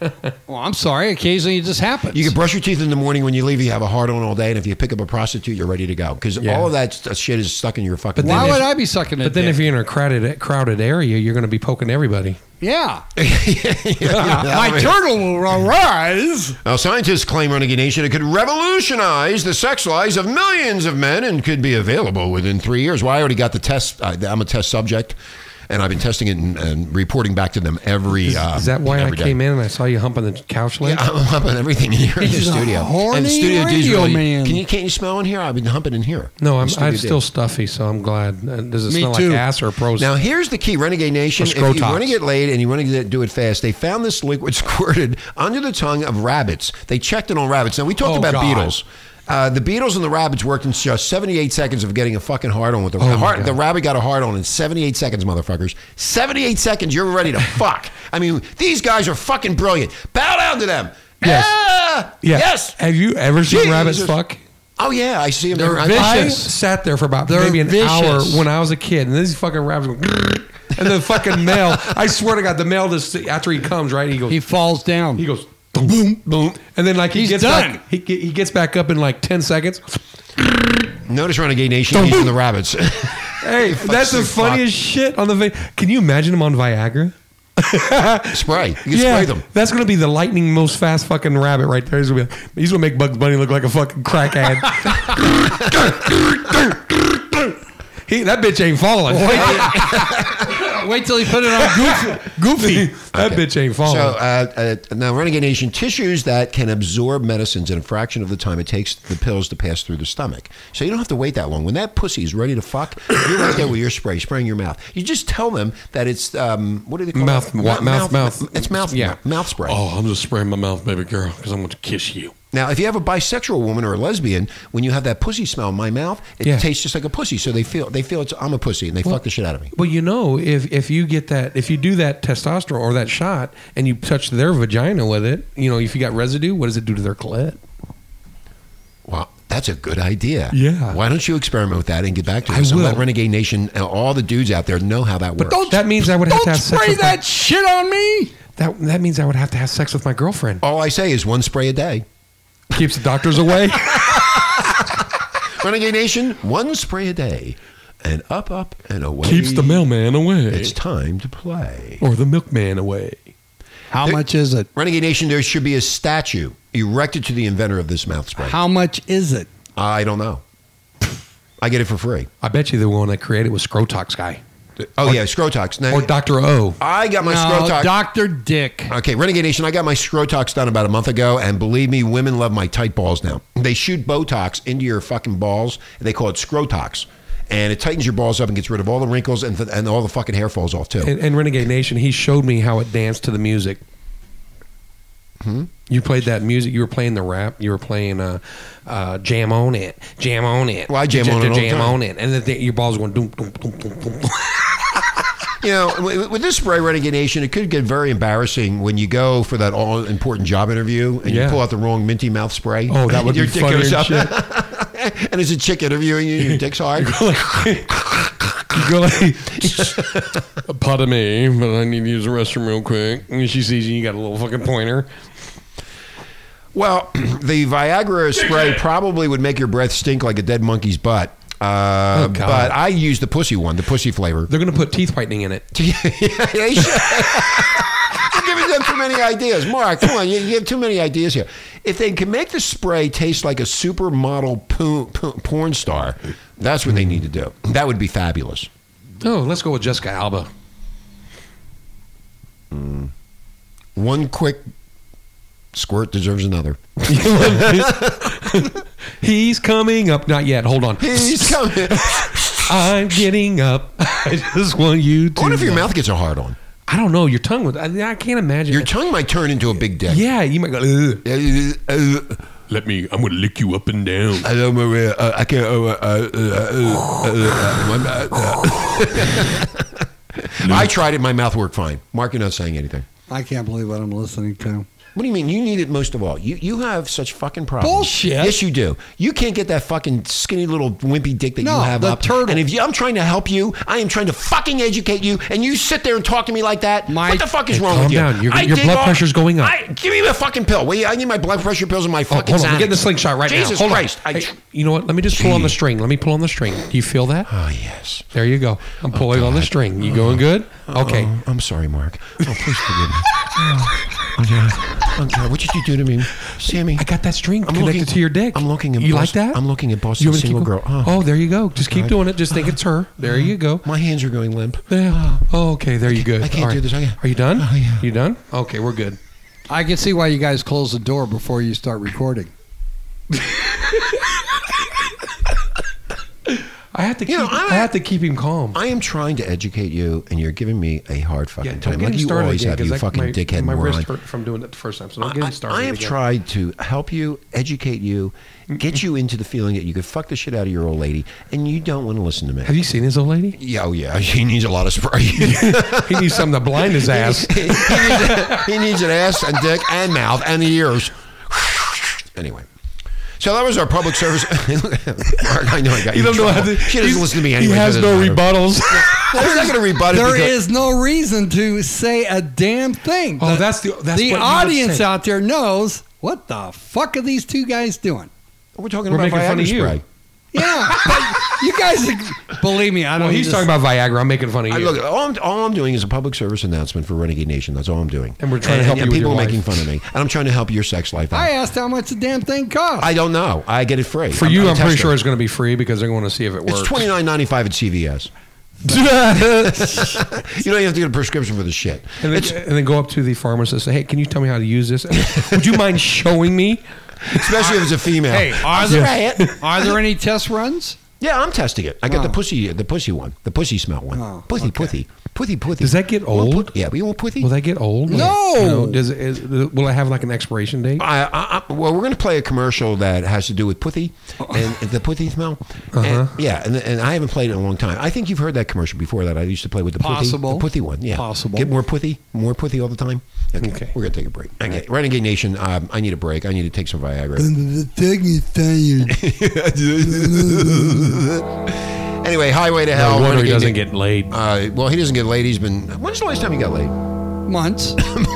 [SPEAKER 4] Well, Oh, I'm sorry. Occasionally, it just happens.
[SPEAKER 2] You can brush your teeth in the morning when you leave. You have a hard on all day, and if you pick up a prostitute, you're ready to go because
[SPEAKER 3] Yeah.
[SPEAKER 2] all of that st- shit is stuck in your fucking.
[SPEAKER 3] But then
[SPEAKER 4] Why
[SPEAKER 3] if-
[SPEAKER 4] would I be sucking it?
[SPEAKER 3] But then
[SPEAKER 2] <laughs>
[SPEAKER 3] if you're in a crowded crowded area, you're going to be poking everybody.
[SPEAKER 4] yeah,
[SPEAKER 2] I
[SPEAKER 4] <laughs> my
[SPEAKER 2] mean-
[SPEAKER 4] turtle will arise.
[SPEAKER 2] Now, scientists claim Renegade Nation it could revolutionize the sex lives of millions of men and could be available within three years. Well, I already got the test. I, I'm a test subject, and I've been testing it and, and reporting back to them every.
[SPEAKER 3] Is,
[SPEAKER 2] uh,
[SPEAKER 3] is that why I
[SPEAKER 2] every day.
[SPEAKER 3] came in and I saw you humping the couch leg?
[SPEAKER 2] I'm humping everything in here in the
[SPEAKER 4] He's a
[SPEAKER 2] studio.
[SPEAKER 4] horny
[SPEAKER 2] and the studio D's
[SPEAKER 4] radio
[SPEAKER 2] really,
[SPEAKER 4] man.
[SPEAKER 2] Can you can't you smell in here? I've been humping in here.
[SPEAKER 3] No, I'm,
[SPEAKER 2] In Studio
[SPEAKER 3] I'm
[SPEAKER 2] D.
[SPEAKER 3] still stuffy, so I'm glad. Uh, Does it
[SPEAKER 4] Me
[SPEAKER 3] smell
[SPEAKER 4] too.
[SPEAKER 3] like ass or pros?
[SPEAKER 2] Now here's the key, Renegade Nation.
[SPEAKER 3] Or
[SPEAKER 2] If you want to
[SPEAKER 3] scrotox.
[SPEAKER 2] get laid and you want to get, do it fast, they found this liquid <laughs> squirted under the tongue of rabbits. They checked it on rabbits. Now we talked
[SPEAKER 4] Oh,
[SPEAKER 2] about
[SPEAKER 4] God.
[SPEAKER 2] beetles. Uh, the beetles and the rabbits worked in just 78 seconds of getting a fucking hard on with the
[SPEAKER 3] my
[SPEAKER 2] heart.
[SPEAKER 3] God.
[SPEAKER 2] The rabbit got a hard on in 78 seconds, motherfuckers. 78 seconds, you're ready to <laughs> fuck. I mean, these guys are fucking brilliant. Bow down to them.
[SPEAKER 3] Yes.
[SPEAKER 2] Ah!
[SPEAKER 3] Yeah.
[SPEAKER 2] Yes.
[SPEAKER 3] Have you ever seen
[SPEAKER 2] Jesus.
[SPEAKER 3] rabbits fuck?
[SPEAKER 2] Oh yeah, I see them.
[SPEAKER 4] They're
[SPEAKER 2] I-
[SPEAKER 3] I
[SPEAKER 4] vicious.
[SPEAKER 3] sat there for about
[SPEAKER 4] They're
[SPEAKER 3] maybe an
[SPEAKER 4] vicious.
[SPEAKER 3] hour when I was a kid, and these fucking rabbits. Go, <laughs> and the fucking male, I swear to God, the male just after he comes right, he goes,
[SPEAKER 4] He
[SPEAKER 3] he,
[SPEAKER 4] falls
[SPEAKER 2] <laughs>
[SPEAKER 4] down.
[SPEAKER 3] goes, boom, boom, and then like he
[SPEAKER 4] He's
[SPEAKER 3] gets
[SPEAKER 4] done.
[SPEAKER 3] back, he, ge- he gets back up in like ten seconds.
[SPEAKER 2] Notice Renegade Nation using the rabbits. <laughs>
[SPEAKER 3] Hey, that's the
[SPEAKER 2] you fuck.
[SPEAKER 3] funniest shit on the. Vi- Can you imagine him on Viagra?
[SPEAKER 2] spray. You can spray them.
[SPEAKER 3] That's gonna be the lightning most fast fucking rabbit right there. He's gonna, be, he's gonna make Bugs Bunny look like a fucking crackhead. <laughs> he, that bitch ain't falling.
[SPEAKER 4] Wait till he put
[SPEAKER 2] <laughs>
[SPEAKER 4] it on Goofy.
[SPEAKER 3] <laughs> Goofy, that
[SPEAKER 2] Okay.
[SPEAKER 3] bitch ain't falling.
[SPEAKER 2] So uh, uh, now, Renegade Nation tissues that can absorb medicines in a fraction of the time it takes the pills to pass through the stomach. So you don't have to wait that long. When that pussy is ready to fuck, you're right there with your spray, spraying your mouth. You just tell them that it's um, what do they call
[SPEAKER 3] Mouth-
[SPEAKER 2] it?
[SPEAKER 3] wa- mouth- mouth.
[SPEAKER 2] It's mouth.
[SPEAKER 3] Yeah. Oh.
[SPEAKER 2] mouth spray.
[SPEAKER 8] I'm just spraying my mouth, baby girl, because I'm going to kiss you.
[SPEAKER 2] Now, if you have a bisexual woman or a lesbian, when you have that pussy smell in my mouth, it
[SPEAKER 3] Yeah.
[SPEAKER 2] tastes just like a pussy. So they feel they feel it's I'm a pussy, and they fuck the shit out of me.
[SPEAKER 3] well, you know, if if you get that, if you do that testosterone or that shot, and you touch their vagina with it, you know, if you got residue, what does it do to their clit?
[SPEAKER 2] Wow, that's a good idea.
[SPEAKER 3] Yeah.
[SPEAKER 2] Why don't you experiment with that and get back to
[SPEAKER 3] I
[SPEAKER 2] us? I'm
[SPEAKER 3] will.
[SPEAKER 2] let Renegade Nation and all the dudes out there know how that works.
[SPEAKER 3] that means I would have
[SPEAKER 4] Don't
[SPEAKER 3] to have sex
[SPEAKER 4] spray
[SPEAKER 3] with
[SPEAKER 4] that shit on me.
[SPEAKER 3] My, that. That means I would have to have sex with my girlfriend.
[SPEAKER 2] all I say is one spray a day.
[SPEAKER 3] Keeps the doctors <laughs> away.
[SPEAKER 2] Renegade Nation, one spray a day. And up, up, and away.
[SPEAKER 3] Keeps the mailman away.
[SPEAKER 2] It's time to play.
[SPEAKER 3] or the milkman away.
[SPEAKER 4] How much is it?
[SPEAKER 2] Renegade Nation, there should be a statue erected to the inventor of this mouth spray.
[SPEAKER 4] How much is it?
[SPEAKER 2] I don't know. I get it for free.
[SPEAKER 3] I bet you the one that created was Scrotox guy
[SPEAKER 2] Oh, yeah, Scrotox. Now,
[SPEAKER 3] or Doctor O.
[SPEAKER 2] I got my Scrotox.
[SPEAKER 4] Uh, Doctor Dick.
[SPEAKER 2] Okay, Renegade Nation, I got my Scrotox done about a month ago, and believe me, women love my tight balls now. They shoot Botox into your fucking balls, and they call it Scrotox. And it tightens your balls up and gets rid of all the wrinkles, and, th- and all the fucking hair falls off, too.
[SPEAKER 3] And, and Renegade Nation, he showed me how it danced to the music.
[SPEAKER 2] Hmm?
[SPEAKER 3] You played that music. You were playing the rap. You were playing uh, uh, "Jam on It," "Jam on It."
[SPEAKER 2] Well, I jam on it all the
[SPEAKER 3] Jam
[SPEAKER 2] time.
[SPEAKER 3] on it,
[SPEAKER 2] <laughs>
[SPEAKER 3] and the thing, your balls going doom, doom, doom, doom, doom. doom.
[SPEAKER 2] you know, with, with this spray Renegade Nation, it could get very embarrassing when you go for that all important job interview and you
[SPEAKER 3] Yeah.
[SPEAKER 2] pull out the wrong minty mouth spray. <laughs>
[SPEAKER 3] Oh, that would
[SPEAKER 2] your
[SPEAKER 3] be
[SPEAKER 2] dick
[SPEAKER 3] funny
[SPEAKER 2] goes
[SPEAKER 3] as
[SPEAKER 2] up.
[SPEAKER 3] shit.
[SPEAKER 2] <laughs> and it's a chick interviewing you, your dick's hard.
[SPEAKER 3] <laughs>
[SPEAKER 2] <laughs>
[SPEAKER 3] You go like,
[SPEAKER 8] Pardon me, but I need to use the restroom real quick.
[SPEAKER 3] and she sees you. You got a little fucking pointer.
[SPEAKER 2] Well, <clears throat> the Viagra spray probably would make your breath stink like a dead monkey's butt. Uh,
[SPEAKER 3] Oh, God.
[SPEAKER 2] but I use the pussy one, the pussy
[SPEAKER 3] <laughs>
[SPEAKER 2] flavor.
[SPEAKER 3] They're going to put teeth whitening in it.
[SPEAKER 2] yeah, they should. You're giving them too many ideas. Mark, come on, you, you have too many ideas here. If they can make the spray taste like a supermodel po- po- porn star, that's what they need to do. That would be fabulous.
[SPEAKER 3] Oh, let's go with Jessica Alba.
[SPEAKER 2] One quick squirt deserves another.
[SPEAKER 3] He's coming up. Not yet. Hold on.
[SPEAKER 2] He's coming.
[SPEAKER 3] I'm getting up. <laughs> I just want you to.
[SPEAKER 2] What if your
[SPEAKER 3] know.
[SPEAKER 2] mouth gets a hard on?
[SPEAKER 3] I don't know. Your tongue would. I, I can't imagine.
[SPEAKER 2] Your tongue might turn into a big dick.
[SPEAKER 3] Yeah, you might go. Ugh.
[SPEAKER 2] Uh,
[SPEAKER 8] Let me, I'm going to lick you up and down.
[SPEAKER 2] Hello, Maria. Uh, I can't. Uh, uh, uh, uh, uh, uh,
[SPEAKER 8] <laughs>
[SPEAKER 2] uh, I tried it. My mouth worked fine. Mark, you're not saying anything.
[SPEAKER 4] I can't believe what I'm listening to.
[SPEAKER 2] What do you mean? You need it most of all. You you have such fucking problems.
[SPEAKER 4] Bullshit.
[SPEAKER 2] Yes, you do. You can't get that fucking skinny little wimpy dick that
[SPEAKER 4] No,
[SPEAKER 2] you have
[SPEAKER 4] the
[SPEAKER 2] up.
[SPEAKER 4] turtle.
[SPEAKER 2] And if you, I'm trying to help you, I am trying to fucking educate you, and you sit there and talk to me like that.
[SPEAKER 4] My-
[SPEAKER 2] what the fuck is
[SPEAKER 3] Hey,
[SPEAKER 2] wrong
[SPEAKER 3] calm
[SPEAKER 2] with you?
[SPEAKER 3] down. Your-
[SPEAKER 2] I
[SPEAKER 3] your
[SPEAKER 2] dig
[SPEAKER 3] blood pressure's going up.
[SPEAKER 2] I, give me a fucking pill. Will you? I need my blood pressure pills and my
[SPEAKER 3] Oh,
[SPEAKER 2] fucking.
[SPEAKER 3] hold on. I'm getting the
[SPEAKER 2] Xanax.
[SPEAKER 3] slingshot right now.
[SPEAKER 2] Jesus
[SPEAKER 3] Hold
[SPEAKER 2] Christ!
[SPEAKER 3] On.
[SPEAKER 2] I-
[SPEAKER 3] Hey, you know what? Let me just pull on the
[SPEAKER 2] Gee.
[SPEAKER 3] string. Let me pull on the string. Do you feel that?
[SPEAKER 2] oh yes.
[SPEAKER 3] There you go. I'm pulling on the string. You going good? Okay.
[SPEAKER 2] Oh, I'm sorry, Mark. Oh, please
[SPEAKER 3] <laughs>
[SPEAKER 2] forgive me. Oh, yeah. Oh, God, what did you do to me, Sammy?
[SPEAKER 3] I got that string
[SPEAKER 2] I'm
[SPEAKER 3] connected
[SPEAKER 2] looking-
[SPEAKER 3] to your dick.
[SPEAKER 2] I'm looking at
[SPEAKER 3] You
[SPEAKER 2] Bos-
[SPEAKER 3] like that?
[SPEAKER 2] I'm looking at Boston
[SPEAKER 3] You want me to
[SPEAKER 2] Single
[SPEAKER 3] keep
[SPEAKER 2] Girl.
[SPEAKER 3] going?
[SPEAKER 2] Oh.
[SPEAKER 3] Oh, there you go. Just keep doing it. Just think it's her. There you go.
[SPEAKER 2] My hands are going limp.
[SPEAKER 3] Yeah. Oh, okay. There you go.
[SPEAKER 2] I can't
[SPEAKER 3] All
[SPEAKER 2] do this. I can't-
[SPEAKER 3] Are you done?
[SPEAKER 2] Oh, yeah.
[SPEAKER 3] You done? Okay, we're good.
[SPEAKER 4] I can see why you guys close the door before you start recording.
[SPEAKER 3] I have to keep.
[SPEAKER 2] You know,
[SPEAKER 3] I,
[SPEAKER 2] I-
[SPEAKER 3] have to keep him calm.
[SPEAKER 2] I am trying to educate you, and you're giving me a hard fucking
[SPEAKER 3] yeah, don't
[SPEAKER 2] time.
[SPEAKER 3] get
[SPEAKER 2] Like
[SPEAKER 3] him
[SPEAKER 2] you
[SPEAKER 3] started
[SPEAKER 2] always
[SPEAKER 3] again,
[SPEAKER 2] have, you
[SPEAKER 3] 'cause I-
[SPEAKER 2] fucking
[SPEAKER 3] my,
[SPEAKER 2] dickhead
[SPEAKER 3] My
[SPEAKER 2] moron.
[SPEAKER 3] wrist hurt from doing that the first time, so don't get
[SPEAKER 2] I,
[SPEAKER 3] him started.
[SPEAKER 2] I have
[SPEAKER 3] again.
[SPEAKER 2] tried to help you, educate you, get you into the feeling that you could fuck the shit out of your old lady, and you don't want to listen to me.
[SPEAKER 3] Have you seen his old lady?
[SPEAKER 2] yeah, oh, yeah, <laughs> he needs a lot of spray.
[SPEAKER 3] He needs something to blind
[SPEAKER 2] <laughs>
[SPEAKER 3] his ass.
[SPEAKER 2] he, needs, he needs an ass and dick and mouth and ears. <sighs> Anyway. So that was our public service. <laughs> Mark, I know I got you.
[SPEAKER 3] You
[SPEAKER 2] in
[SPEAKER 3] don't know how
[SPEAKER 2] trouble.
[SPEAKER 3] to.
[SPEAKER 2] she doesn't
[SPEAKER 3] he's-
[SPEAKER 2] listen to me
[SPEAKER 3] He
[SPEAKER 2] anyway.
[SPEAKER 3] has
[SPEAKER 2] so it
[SPEAKER 3] no
[SPEAKER 2] doesn't matter. <laughs>
[SPEAKER 3] rebuttals.
[SPEAKER 2] I'm not going to rebut it.
[SPEAKER 4] There
[SPEAKER 2] because-
[SPEAKER 4] is no reason to say a damn thing.
[SPEAKER 3] Oh, that's the- that's
[SPEAKER 4] the
[SPEAKER 3] what you would
[SPEAKER 4] audience
[SPEAKER 3] say.
[SPEAKER 4] out there knows what the fuck are these two guys doing?
[SPEAKER 2] We're talking
[SPEAKER 3] We're
[SPEAKER 2] about
[SPEAKER 3] making
[SPEAKER 2] Viagra
[SPEAKER 3] fun of you.
[SPEAKER 2] spray.
[SPEAKER 4] Yeah, but you guys believe me. I don't.
[SPEAKER 3] Well, he's
[SPEAKER 4] just-
[SPEAKER 3] talking about Viagra. I'm making fun of
[SPEAKER 2] I
[SPEAKER 3] you.
[SPEAKER 2] look, all I'm, all I'm doing is a public service announcement for Renegade Nation. That's all I'm doing.
[SPEAKER 3] And we're trying to
[SPEAKER 2] and,
[SPEAKER 3] help you
[SPEAKER 2] And
[SPEAKER 3] with
[SPEAKER 2] people
[SPEAKER 3] your
[SPEAKER 2] are making
[SPEAKER 3] life.
[SPEAKER 2] fun of me. And I'm trying to help your sex life out.
[SPEAKER 4] I
[SPEAKER 2] I,
[SPEAKER 4] asked how much the damn thing cost.
[SPEAKER 2] don't know. I get it free.
[SPEAKER 3] For you, I'm, pretty
[SPEAKER 2] testing.
[SPEAKER 3] sure it's going to be free because they're going to see if it works.
[SPEAKER 2] it's twenty
[SPEAKER 3] <laughs>
[SPEAKER 2] nine ninety five at CVS. <laughs> You don't have to get a prescription for the shit.
[SPEAKER 3] and,
[SPEAKER 2] It's,
[SPEAKER 3] then, and then go up to the pharmacist and say, "Hey, can you tell me how to use this? Would you mind showing me?"
[SPEAKER 2] especially if it's a female.
[SPEAKER 4] Hey, are there are there any test runs?
[SPEAKER 2] Yeah, I'm testing it. I got the
[SPEAKER 4] Oh.
[SPEAKER 2] pussy, the pussy one, the pussy smell one.
[SPEAKER 4] Oh,
[SPEAKER 2] pussy, pussy, pussy, pussy.
[SPEAKER 3] Does that get
[SPEAKER 2] You want
[SPEAKER 3] old?
[SPEAKER 2] put- yeah, we want pussy.
[SPEAKER 3] Will that get old?
[SPEAKER 4] No.
[SPEAKER 3] You know, does it, is, will I have like an expiration date?
[SPEAKER 2] I, I, I, well, we're going to play a commercial that has to do with pussy
[SPEAKER 4] Oh.
[SPEAKER 2] and the pussy smell.
[SPEAKER 4] Uh-huh.
[SPEAKER 2] And, yeah, and, and I haven't played it in a long time. I think you've heard that commercial before. That I used to play with the pussy,
[SPEAKER 4] Possible.
[SPEAKER 2] the pussy one. Yeah,
[SPEAKER 4] Possible.
[SPEAKER 2] Get more pussy, more pussy all the time. Okay,
[SPEAKER 3] Okay.
[SPEAKER 2] we're going to take a break. Okay, Renegade Nation. Um, I need a break. I need to take some
[SPEAKER 4] <laughs>
[SPEAKER 2] Viagra. anyway, highway to hell.
[SPEAKER 3] No wonder he
[SPEAKER 2] Renegade
[SPEAKER 3] doesn't
[SPEAKER 2] Na-
[SPEAKER 3] get laid.
[SPEAKER 2] Uh, well, he doesn't get laid. He's been. When's the last time he got laid?
[SPEAKER 4] months.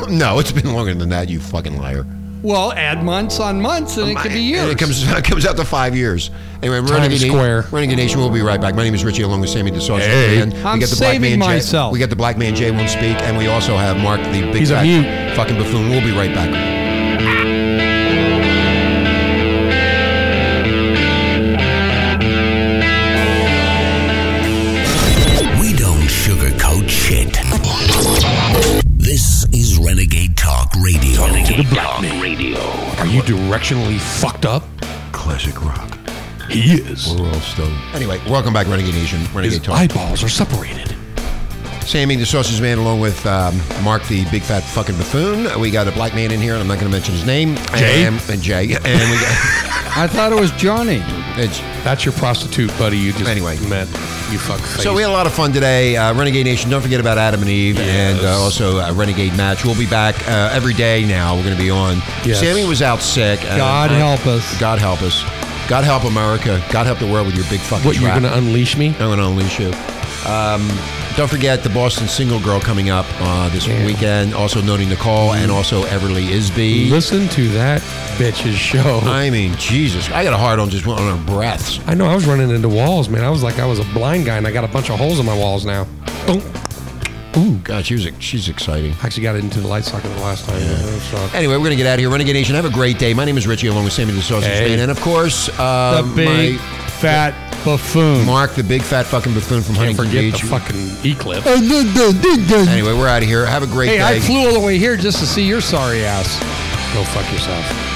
[SPEAKER 2] no, it's been longer than that. You fucking liar.
[SPEAKER 4] well, add months on months, and it could be years.
[SPEAKER 2] And it comes <laughs> it comes out to five years. Anyway, Renegade, Na-
[SPEAKER 3] Square.
[SPEAKER 2] Renegade Nation. We'll be right back. My name is Richie, along with Sammy DeSauce.
[SPEAKER 3] Hey.
[SPEAKER 2] And
[SPEAKER 4] I'm saving
[SPEAKER 2] man Jay-
[SPEAKER 4] myself.
[SPEAKER 2] we got the black man Jay won't speak, and we also have Mark, the big
[SPEAKER 3] He's a
[SPEAKER 2] fat
[SPEAKER 3] mute.
[SPEAKER 2] fucking buffoon. We'll be right back.
[SPEAKER 1] We don't sugarcoat shit. This is Renegade Talk Radio. Renegade Talk Radio.
[SPEAKER 3] Are you directionally fucked up?
[SPEAKER 2] Classic rock.
[SPEAKER 5] He is.
[SPEAKER 2] We're all stoned. Anyway, welcome back, Renegade Nation. Renegade
[SPEAKER 3] His
[SPEAKER 2] Talk.
[SPEAKER 3] eyeballs are separated.
[SPEAKER 2] Sammy the Sausage Man, along with um, Mark the Big Fat Fucking Buffoon. We got a black man in here, and I'm not going to mention his name.
[SPEAKER 3] Jay?
[SPEAKER 2] And, and Jay. And we got,
[SPEAKER 4] I thought it was Johnny.
[SPEAKER 2] it's,
[SPEAKER 3] That's your prostitute buddy you just
[SPEAKER 2] Anyway.
[SPEAKER 3] met. You fuck face.
[SPEAKER 2] So we had a lot of fun today. Uh, Renegade Nation, don't forget about Adam and Eve and uh, also uh, Renegade Match. We'll be back uh, every day now. We're going to be on.
[SPEAKER 3] Yes.
[SPEAKER 2] Sammy was out sick. and
[SPEAKER 4] God
[SPEAKER 2] I-
[SPEAKER 4] help us.
[SPEAKER 2] God help us. God help America. God help the world with your big fucking
[SPEAKER 3] what you're
[SPEAKER 2] trap.
[SPEAKER 3] going to unleash me?
[SPEAKER 2] I'm going to unleash you. Um, don't forget the Boston Single Girl coming up uh, this weekend. Also noting Nicole and also Everly Isby.
[SPEAKER 3] Listen to that bitch's show.
[SPEAKER 2] I mean, Jesus, I got a hard on just on her breaths.
[SPEAKER 3] I know I was running into walls, man. I was like I was a blind guy, and I got a bunch of holes in my walls now. Boom.
[SPEAKER 2] Ooh, God, she was she's exciting.
[SPEAKER 3] I actually got it into the light socket the last time. That sucked.
[SPEAKER 2] Anyway, we're gonna get out of here. Renegade Nation, have a great day. My name is Richie, along with Sammy the Sausage
[SPEAKER 3] Hey.
[SPEAKER 2] Man, and of course,
[SPEAKER 4] The
[SPEAKER 2] uh,
[SPEAKER 3] um,
[SPEAKER 4] big fat buffoon.
[SPEAKER 2] my Mark, the big fat fucking buffoon from
[SPEAKER 3] Can't
[SPEAKER 2] Huntington
[SPEAKER 3] forget
[SPEAKER 2] Beach.
[SPEAKER 3] the fucking eclipse.
[SPEAKER 2] anyway, we're out of here. Have a great
[SPEAKER 4] Oh, Hey,
[SPEAKER 2] day.
[SPEAKER 4] I flew all the way here just to see your sorry ass.
[SPEAKER 3] Go fuck yourself.